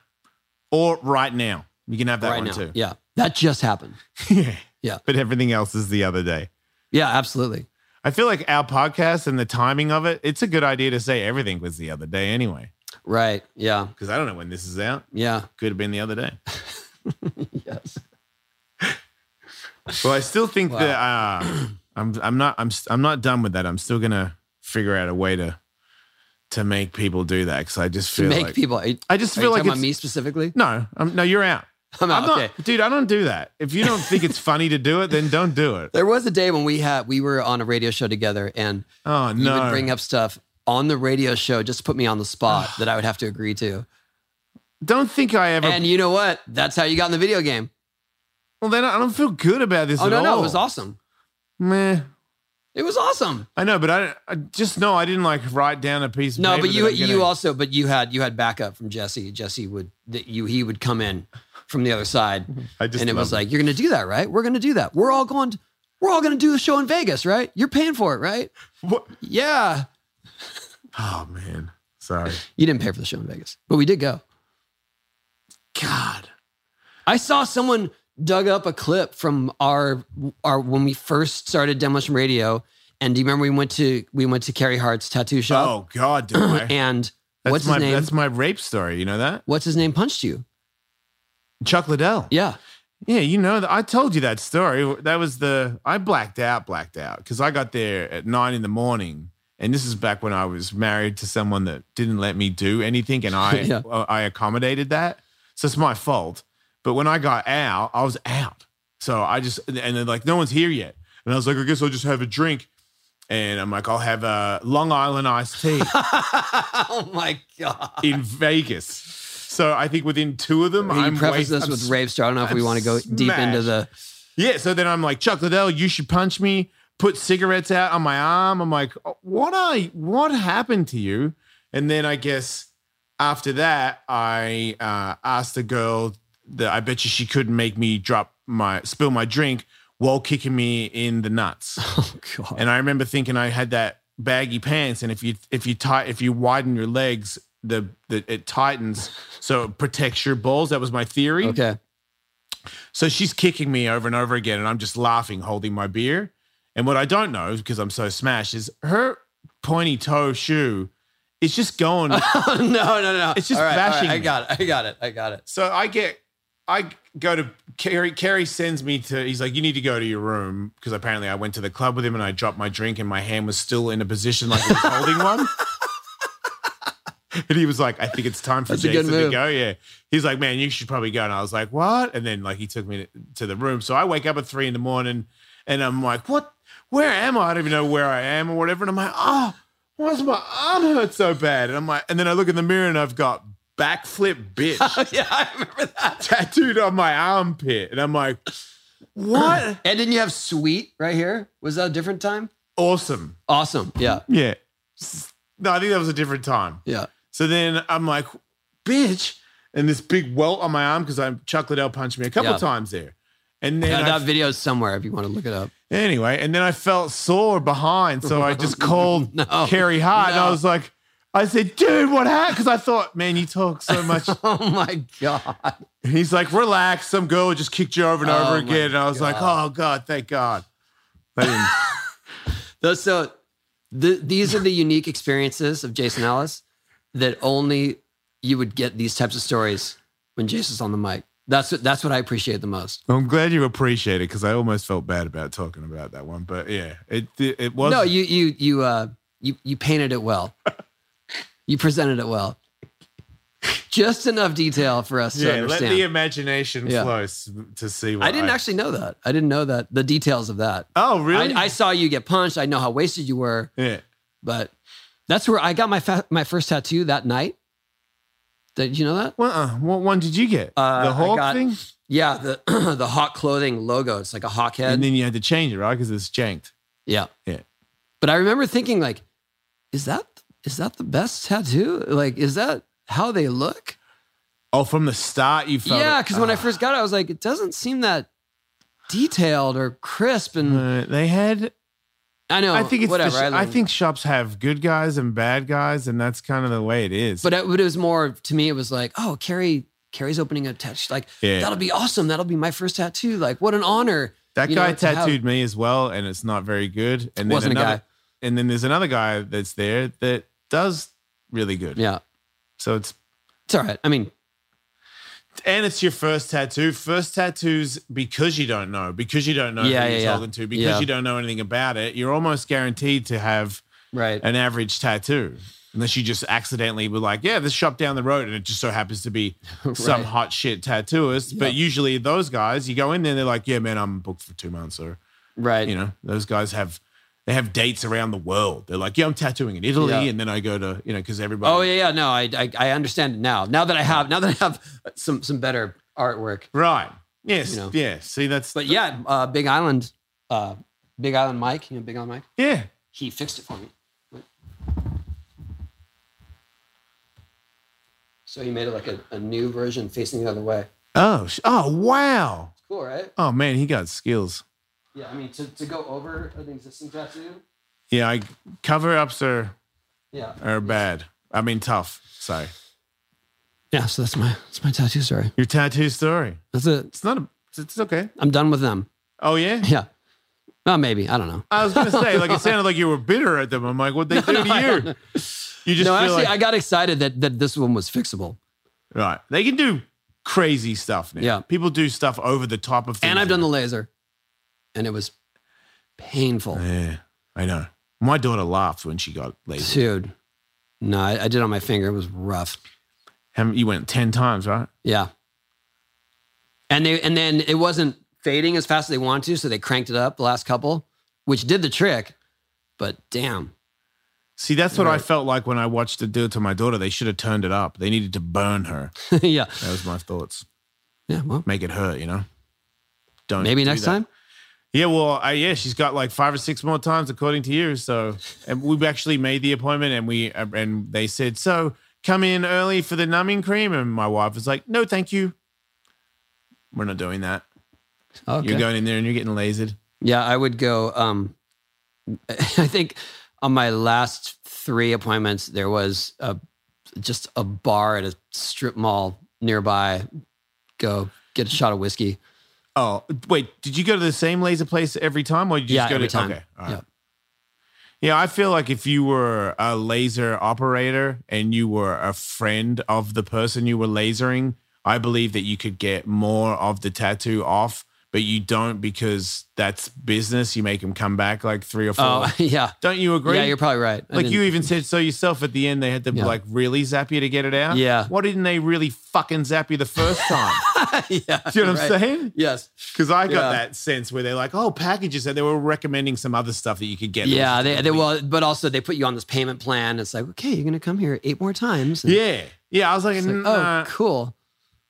S2: or right now. You can have that
S1: right
S2: one
S1: now.
S2: too.
S1: Yeah, that just happened.
S2: yeah,
S1: Yeah.
S2: But everything else is the other day.
S1: Yeah, absolutely.
S2: I feel like our podcast and the timing of it. It's a good idea to say everything was the other day anyway,
S1: Right. Yeah.
S2: because I don't know when this is out.
S1: Yeah.
S2: Could have been the other day.
S1: Yes.
S2: Well, I still think that uh, I'm I'm not I'm I'm not done with that. I'm still gonna figure out a way to to make people do that because I just feel
S1: Make
S2: like
S1: people. Are you,
S2: I just
S1: are you
S2: feel like
S1: talking about
S2: it's-
S1: me specifically?
S2: no, I'm, no, you're out.
S1: I'm out.
S2: I'm not,
S1: okay.
S2: dude. I don't do that. If you don't think it's funny to do it, then don't do it.
S1: There was a day when we had we were on a radio show together, and
S2: Oh
S1: you
S2: no,
S1: would bring up stuff on the radio show just to put me on the spot that I would have to agree to.
S2: don't think I ever.
S1: And you know what? That's how you got in the video game.
S2: well, then I don't feel good about this
S1: Oh
S2: at
S1: no,
S2: all.
S1: no, it was awesome.
S2: Meh.
S1: It was awesome.
S2: I know, but I, I just know I didn't like write down a piece. Of
S1: No,
S2: paper
S1: but
S2: that
S1: you
S2: I'm gonna-
S1: you also but you had you had backup from Jesse. Jesse would that you he would come in from the other side,
S2: I just
S1: and it
S2: love
S1: was like you're going to do that, right? We're going to do that. We're all going. To, we're all going to do the show in Vegas, right? You're paying for it, right?
S2: What?
S1: Yeah,
S2: Oh man, sorry.
S1: you didn't pay for the show in Vegas, but we did go.
S2: God,
S1: I saw someone dug up a clip from our our when we first started Demolition Radio, and do you remember we went to we went to Carrie Hart's tattoo shop,
S2: oh God, do I?
S1: and
S2: That's
S1: what's
S2: my
S1: his name?
S2: that's my rape story. You know that
S1: What's his name punched you?
S2: Chuck Liddell.
S1: Yeah.
S2: Yeah, you know, th- I told you that story. That was the I blacked out, blacked out because I got there at nine in the morning, and this is back when I was married to someone that didn't let me do anything, and I
S1: Yeah.
S2: uh, I accommodated that. So it's my fault. But when I got out, I was out. So I just and then like no one's here yet, and I was like, I guess I'll just have a drink, and I'm like, I'll have a Long Island iced tea
S1: oh my god.
S2: in Vegas. So I think within two of them,
S1: You
S2: I'm
S1: preface
S2: wasted-
S1: this
S2: I'm
S1: with rape star. I don't know if
S2: I'm
S1: we want to go deep into the.
S2: Yeah, so then I'm like, Chuck Liddell, you should punch me. Put cigarettes out on my arm. I'm like, "Oh, what I what happened to you? And then I guess after that, I uh, asked the girl that I bet you she couldn't make me drop my spill my drink while kicking me in the nuts.
S1: Oh god.
S2: And I remember thinking I had that baggy pants, and if you if you tight if you widen your legs, the, the it tightens, so it protects your balls. That was my theory.
S1: Okay.
S2: So she's kicking me over and over again, and I'm just laughing, holding my beer. And what I don't know, because I'm so smashed, is her pointy toe shoe is just going.
S1: no, no, no.
S2: It's just
S1: All right, all right,
S2: bashing
S1: I
S2: me.
S1: got it. I got it. I got it.
S2: so I get, I go to Carrie. Carrie sends me to, he's like, you need to go to your room. Because apparently I went to the club with him and I dropped my drink, and my hand was still in a position like it was holding one. And he was like, I think it's time for
S1: That's a good
S2: Jason to
S1: move.
S2: go. Yeah. He's like, man, you should probably go. And I was like, what? And then like he took me to, to the room. So I wake up at three in the morning and I'm like, what? Where am I? I don't even know where I am or whatever. And I'm like, oh, why does my arm hurt so bad? And I'm like, and then I look in the mirror and I've got backflip bitch
S1: Oh, yeah, I remember that.
S2: tattooed on my armpit. And I'm like, what?
S1: And didn't you have sweet right here? Was that a different time?
S2: awesome.
S1: Awesome. Yeah.
S2: Yeah. No, I think that was a different time.
S1: Yeah.
S2: So then I'm like, bitch. And this big welt on my arm because I Chuck Liddell punched me a couple
S1: Yeah.
S2: times there. And then
S1: Yeah,
S2: I-
S1: that video is somewhere if you want to look it up.
S2: anyway, and then I felt sore behind. So I just called
S1: No.
S2: Carrie Hart and I
S1: No.
S2: was like, I said, dude, what happened? Because I thought, man, you talk so much.
S1: Oh my God.
S2: And he's like, relax. Some girl just kicked you over and
S1: Oh
S2: over
S1: my
S2: again. And I was like,
S1: God.
S2: oh, God, thank God. I didn't-
S1: Those- So the, these are the unique experiences of Jason Ellis that only you would get these types of stories when Jason's on the mic. That's what, that's what I appreciate the most.
S2: I'm glad you appreciate it because I almost felt bad about talking about that one. But yeah, it it, it was.
S1: No, you you you uh you you painted it well. You presented it well. Just enough detail for us to
S2: yeah, let
S1: understand.
S2: the imagination
S1: Yeah.
S2: flow s- to see what
S1: I didn't actually know that. I didn't know that the details of that.
S2: Oh, really?
S1: I, I saw you get punched. I know how wasted you were,
S2: yeah.
S1: but that's where I got my fa- my first tattoo that night. Did you know that?
S2: Well, uh, what one did you get?
S1: Uh,
S2: the
S1: I
S2: Hawk
S1: got-
S2: thing?
S1: Yeah, the the hawk clothing logo. It's like a hawk head.
S2: And then you had to change it, right? Because it's janked.
S1: yeah,
S2: Yeah.
S1: But I remember thinking like, is that is that the best tattoo? Like, is that how they look?
S2: Oh, from the start, you felt.
S1: Yeah,
S2: it-
S1: because when I
S2: Ah.
S1: first got it, I was like, it doesn't seem that detailed or crisp. And
S2: Uh, they had.
S1: I know,
S2: I think it's. the
S1: Oh, whatever.
S2: sh- I,
S1: learned.
S2: think shops have good guys and bad guys, and that's kind of the way it is.
S1: but it, but it was more to me. It was like, oh, Carrie, Carrie's opening a tattoo. Like,
S2: Yeah.
S1: that'll be awesome. That'll be my first tattoo. Like, what an honor.
S2: that
S1: you
S2: guy
S1: know, to have-
S2: tattooed me as well, and it's not very good. And then
S1: Wasn't a
S2: another,
S1: guy.
S2: And then there's another guy that's there that does really good.
S1: Yeah,
S2: So it's
S1: it's all right. I mean,
S2: and it's your first tattoo. First tattoos because you don't know, because you don't know
S1: Yeah,
S2: who
S1: yeah,
S2: you're
S1: yeah.
S2: talking to, because
S1: Yeah.
S2: you don't know anything about it. You're almost guaranteed to have
S1: right.
S2: an average tattoo, unless you just accidentally were like, "Yeah, this shop down the road," and it just so happens to be some
S1: Right.
S2: hot shit tattooist. But usually those guys, you go in there, they're like, "Yeah, man, I'm booked for two months," or
S1: right.
S2: you know, those guys have. They have dates around the world. They're like, yeah, I'm tattooing in Italy,
S1: Yeah.
S2: and then I go to, you know, because everybody.
S1: oh yeah, yeah. No, I, I I understand it now. Now that I have now that I have some some better artwork.
S2: right, yes,
S1: You know.
S2: yeah. See, that's
S1: But yeah, uh, Big Island, uh, Big Island Mike. You know, Big Island Mike.
S2: yeah.
S1: He fixed it for me. Wait. So he made it like a, a new version facing the other way.
S2: Oh, sh- oh, wow.
S1: Cool, right?
S2: Oh man, he got skills.
S1: Yeah, I mean to, to go over an existing tattoo.
S2: Yeah, I, cover ups are
S1: Yeah.
S2: are bad. I mean tough. So
S1: Yeah, so that's my that's my tattoo story.
S2: your tattoo story.
S1: That's it.
S2: It's not a. It's, it's okay.
S1: I'm done with them.
S2: Oh yeah.
S1: Yeah. Well, maybe. I don't know.
S2: I was gonna say like it sounded like you were bitter at them. I'm like, what they do
S1: no,
S2: to
S1: I
S2: you?
S1: don't know.
S2: You just
S1: no,
S2: feel
S1: actually
S2: like
S1: I got excited that that this one was fixable.
S2: right. They can do crazy stuff now.
S1: Yeah.
S2: People do stuff over the top of things.
S1: And I've done the laser. And it was painful.
S2: Yeah, I know. My daughter laughed when she got lazy.
S1: Dude. No, I, I did it on my finger. It was rough.
S2: Haven't- You went ten times, right?
S1: Yeah. And they and then it wasn't fading as fast as they wanted to, so they cranked it up the last couple, which did the trick. But damn.
S2: See, that's what I
S1: Right.
S2: felt like when I watched it do it to my daughter. They should have turned it up. They needed to burn her.
S1: yeah.
S2: That was my thoughts.
S1: Yeah. Well,
S2: make it hurt, you know? Don't
S1: maybe
S2: do
S1: next
S2: that.
S1: time.
S2: Yeah, well, I, yeah, she's got like five or six more times according to you. So, and we've actually made the appointment, and we uh, and they said so come in early for the numbing cream, and my wife was like, no, thank you. We're not doing that.
S1: Okay.
S2: You're going in there and you're getting lasered.
S1: Yeah, I would go. Um, I think on my last three appointments, there was a, just a bar at a strip mall nearby. Go get a shot of whiskey.
S2: Oh wait, did you go to the same laser place every time, or did you
S1: yeah,
S2: just go
S1: every
S2: to
S1: time.
S2: okay? all right.
S1: Yeah.
S2: Yeah, I feel like if you were a laser operator and you were a friend of the person you were lasering, I believe that you could get more of the tattoo off but you don't because that's business. You make them come back like three or 4
S1: Oh, yeah.
S2: Don't you agree?
S1: Yeah, you're probably right. I
S2: like
S1: didn't-
S2: you even said so yourself at the end, they had to
S1: Yeah.
S2: like really zap you to get it out.
S1: Yeah.
S2: Why didn't they really fucking zap you the first time?
S1: yeah.
S2: Do you know
S1: right.
S2: what I'm saying?
S1: Yes.
S2: Because I got
S1: Yeah.
S2: that sense where they're like, oh, packages, and they were recommending some other stuff that you could get.
S1: Yeah, they, they well, but also they put you on this payment plan. It's like, okay, you're gonna come here eight more times. And
S2: Yeah. Yeah. I was like,
S1: it's like,
S2: nah.
S1: oh, cool.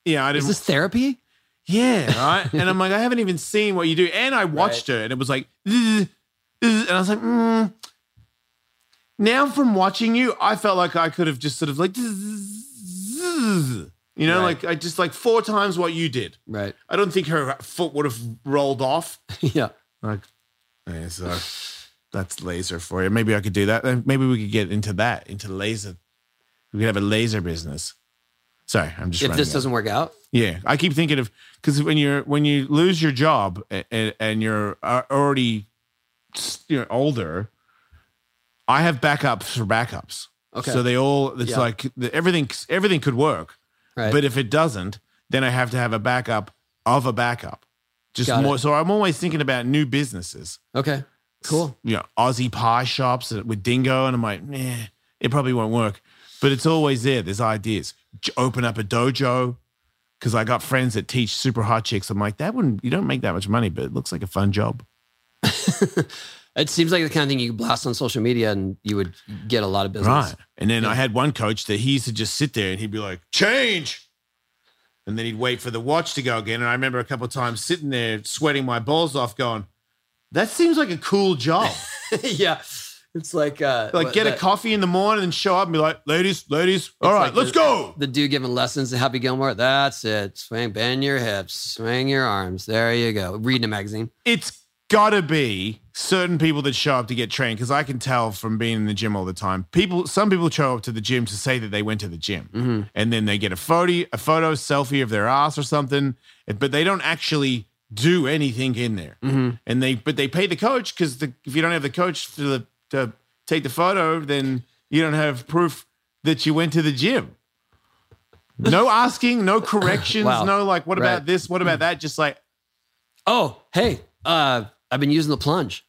S2: yeah, I
S1: Is
S2: didn't.
S1: this therapy?
S2: yeah. Right. and I'm like, I haven't even seen what you do. And I watched it, and it was like, "Zzz, zzz," and I was like, mm. now from watching you, I felt like I could have just sort of like, "Zzz," you know,
S1: Right.
S2: like I just like four times what you did.
S1: Right.
S2: I don't think her foot would have rolled off.
S1: yeah.
S2: Like, yeah, so that's laser for you. Maybe I could do that. Then Maybe we could get into that, into laser. We could have a laser business. Sorry, I'm just.
S1: If
S2: running
S1: this
S2: out.
S1: doesn't work out,
S2: yeah, I keep thinking of because when you're when you lose your job and, and you're a- already you know, older, I have backups for backups.
S1: Okay.
S2: So they all it's
S1: Yeah.
S2: like the- everything everything could work,
S1: right?
S2: but if it doesn't, then I have to have a backup of a backup. Just
S1: Got it.
S2: more. So I'm always thinking about new businesses
S1: okay, cool.
S2: you know, Aussie pie shops with Dingo, and I'm like, eh, it probably won't work. But it's always there. There's ideas. J- Open up a dojo because I got friends that teach super hot chicks. I'm like, that wouldn't. You don't make that much money, but it looks like a fun job.
S1: It seems like the kind of thing you could blast on social media and you would get a lot of business.
S2: Right. And then I had one coach that he used to just sit there and he'd be like, change. And then he'd wait for the watch to go again. And I remember a couple of times sitting there sweating my balls off, going, that seems like a cool job.
S1: yeah. It's like uh
S2: Like,
S1: what-
S2: get a
S1: that-
S2: coffee in the morning and show up and be like, ladies, ladies, all
S1: it's
S2: right,
S1: like
S2: let's
S1: the-
S2: go.
S1: The dude giving lessons to Happy Gilmore. That's it. Swing, bend your hips, swing your arms. There you go. Reading a magazine.
S2: it's gotta be certain people that show up to get trained because I can tell from being in the gym all the time. People, some people show up to the gym to say that they went to the gym,
S1: Mm-hmm.
S2: and then they get a photo, a photo selfie of their ass or something, but they don't actually do anything in there.
S1: Mm-hmm.
S2: And they, but they pay the coach because if you don't have the coach to, the, to take the photo, then you don't have proof that you went to the gym. No asking, no corrections,
S1: Wow.
S2: no like, what
S1: Right. Mm.
S2: about this? What about that? Just like,
S1: Oh, hey, uh, I've been using the plunge.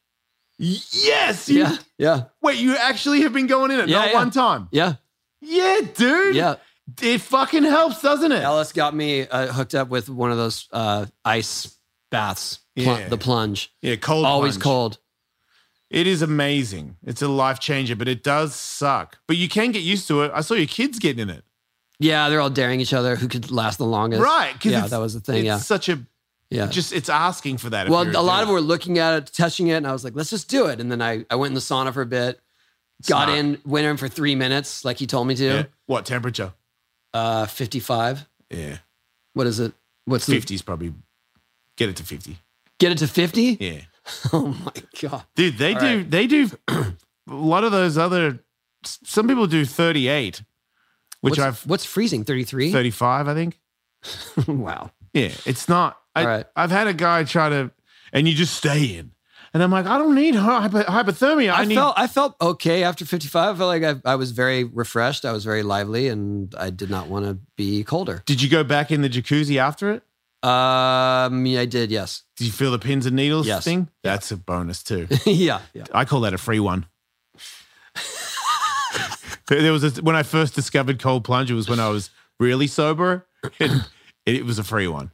S2: yes, you
S1: Yeah, yeah,
S2: Wait, you actually have been going in it
S1: Yeah,
S2: not
S1: yeah.
S2: one time.
S1: yeah,
S2: Yeah, dude.
S1: yeah.
S2: It fucking helps, doesn't it?
S1: Ellis got me uh, hooked up with one of those uh, ice baths. Pl-
S2: Yeah.
S1: The plunge,
S2: Yeah, cold.
S1: always
S2: plunge.
S1: cold.
S2: It is amazing. It's a life changer, but it does suck. But you can get used to it. I saw your kids getting in it.
S1: Yeah, they're all daring each other who could last the longest.
S2: Right, 'cause
S1: Yeah,
S2: it's-
S1: that was the
S2: It's
S1: thing. Yeah,
S2: such a
S1: yeah.
S2: just it's asking for that. if
S1: well,
S2: you're
S1: a lot of them
S2: doer.
S1: were looking at it, touching it, and I was like, "Let's just do it." And then I, I went in the sauna for a bit, got
S2: Smart.
S1: in, went in for three minutes, like he told me to.
S2: Yeah. What temperature?
S1: Uh, fifty-five.
S2: Yeah.
S1: What is it? What's the
S2: 50's probably get it to 50.
S1: get it to fifty?
S2: Yeah.
S1: Oh my god!
S2: Dude, they
S1: All
S2: do
S1: right.
S2: they do a lot of those other s- some people do 38, which
S1: what's,
S2: I've
S1: what's freezing? Thirty-three.
S2: 35, I think.
S1: wow.
S2: Yeah, it's not. I,
S1: All right.
S2: I've had a guy try to, and you just stay in. And I'm like, I don't need hypo- hypothermia. I,
S1: I,
S2: need.
S1: felt I felt okay after 55. I felt like I, I was very refreshed. I was very lively, and I did not want to be colder.
S2: Did you go back in the jacuzzi after it?
S1: Um, yeah, I did. Yes.
S2: Did you feel the pins and needles
S1: Yes.
S2: thing? That's a bonus too.
S1: yeah. Yeah.
S2: I call that a free one. there was a, when I first discovered cold plunge. It was when I was really sober, and it was a free one.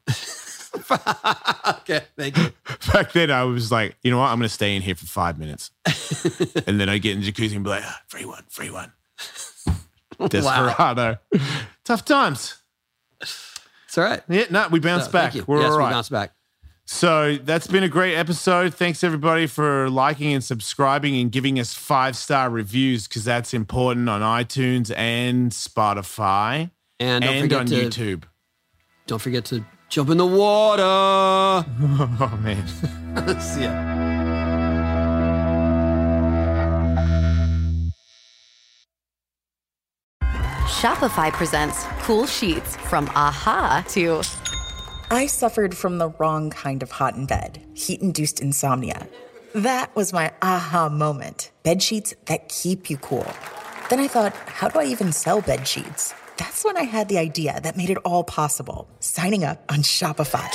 S1: okay. Thank you.
S2: Back then, I was like, you know what? I'm going to stay in here for five minutes, and then I get in the jacuzzi and be like, "Ah, free one, free one. Desperado. Tough times.
S1: It's all right.
S2: Yeah, no, we bounced
S1: No,
S2: back.
S1: Thank you.
S2: We're
S1: yes,
S2: all
S1: we
S2: right.
S1: bounced back.
S2: so that's been a great episode. Thanks everybody for liking and subscribing and giving us five star reviews because that's important on iTunes and Spotify
S1: And don't
S2: and
S1: forget
S2: on
S1: to
S2: YouTube.
S1: don't forget to jump in the water.
S2: Oh man.
S1: See ya.
S4: Shopify presents cool sheets from aha to
S5: I suffered from the wrong kind of hot in bed, heat induced insomnia. That was my aha moment bed sheets that keep you cool. Then I thought, how do I even sell bed sheets? That's when I had the idea that made it all possible signing up on Shopify.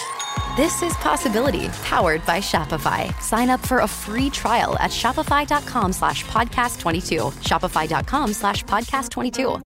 S4: This is Possibility, powered by Shopify. Sign up for a free trial at shopify.com slash podcast 22. Shopify.com slash podcast 22.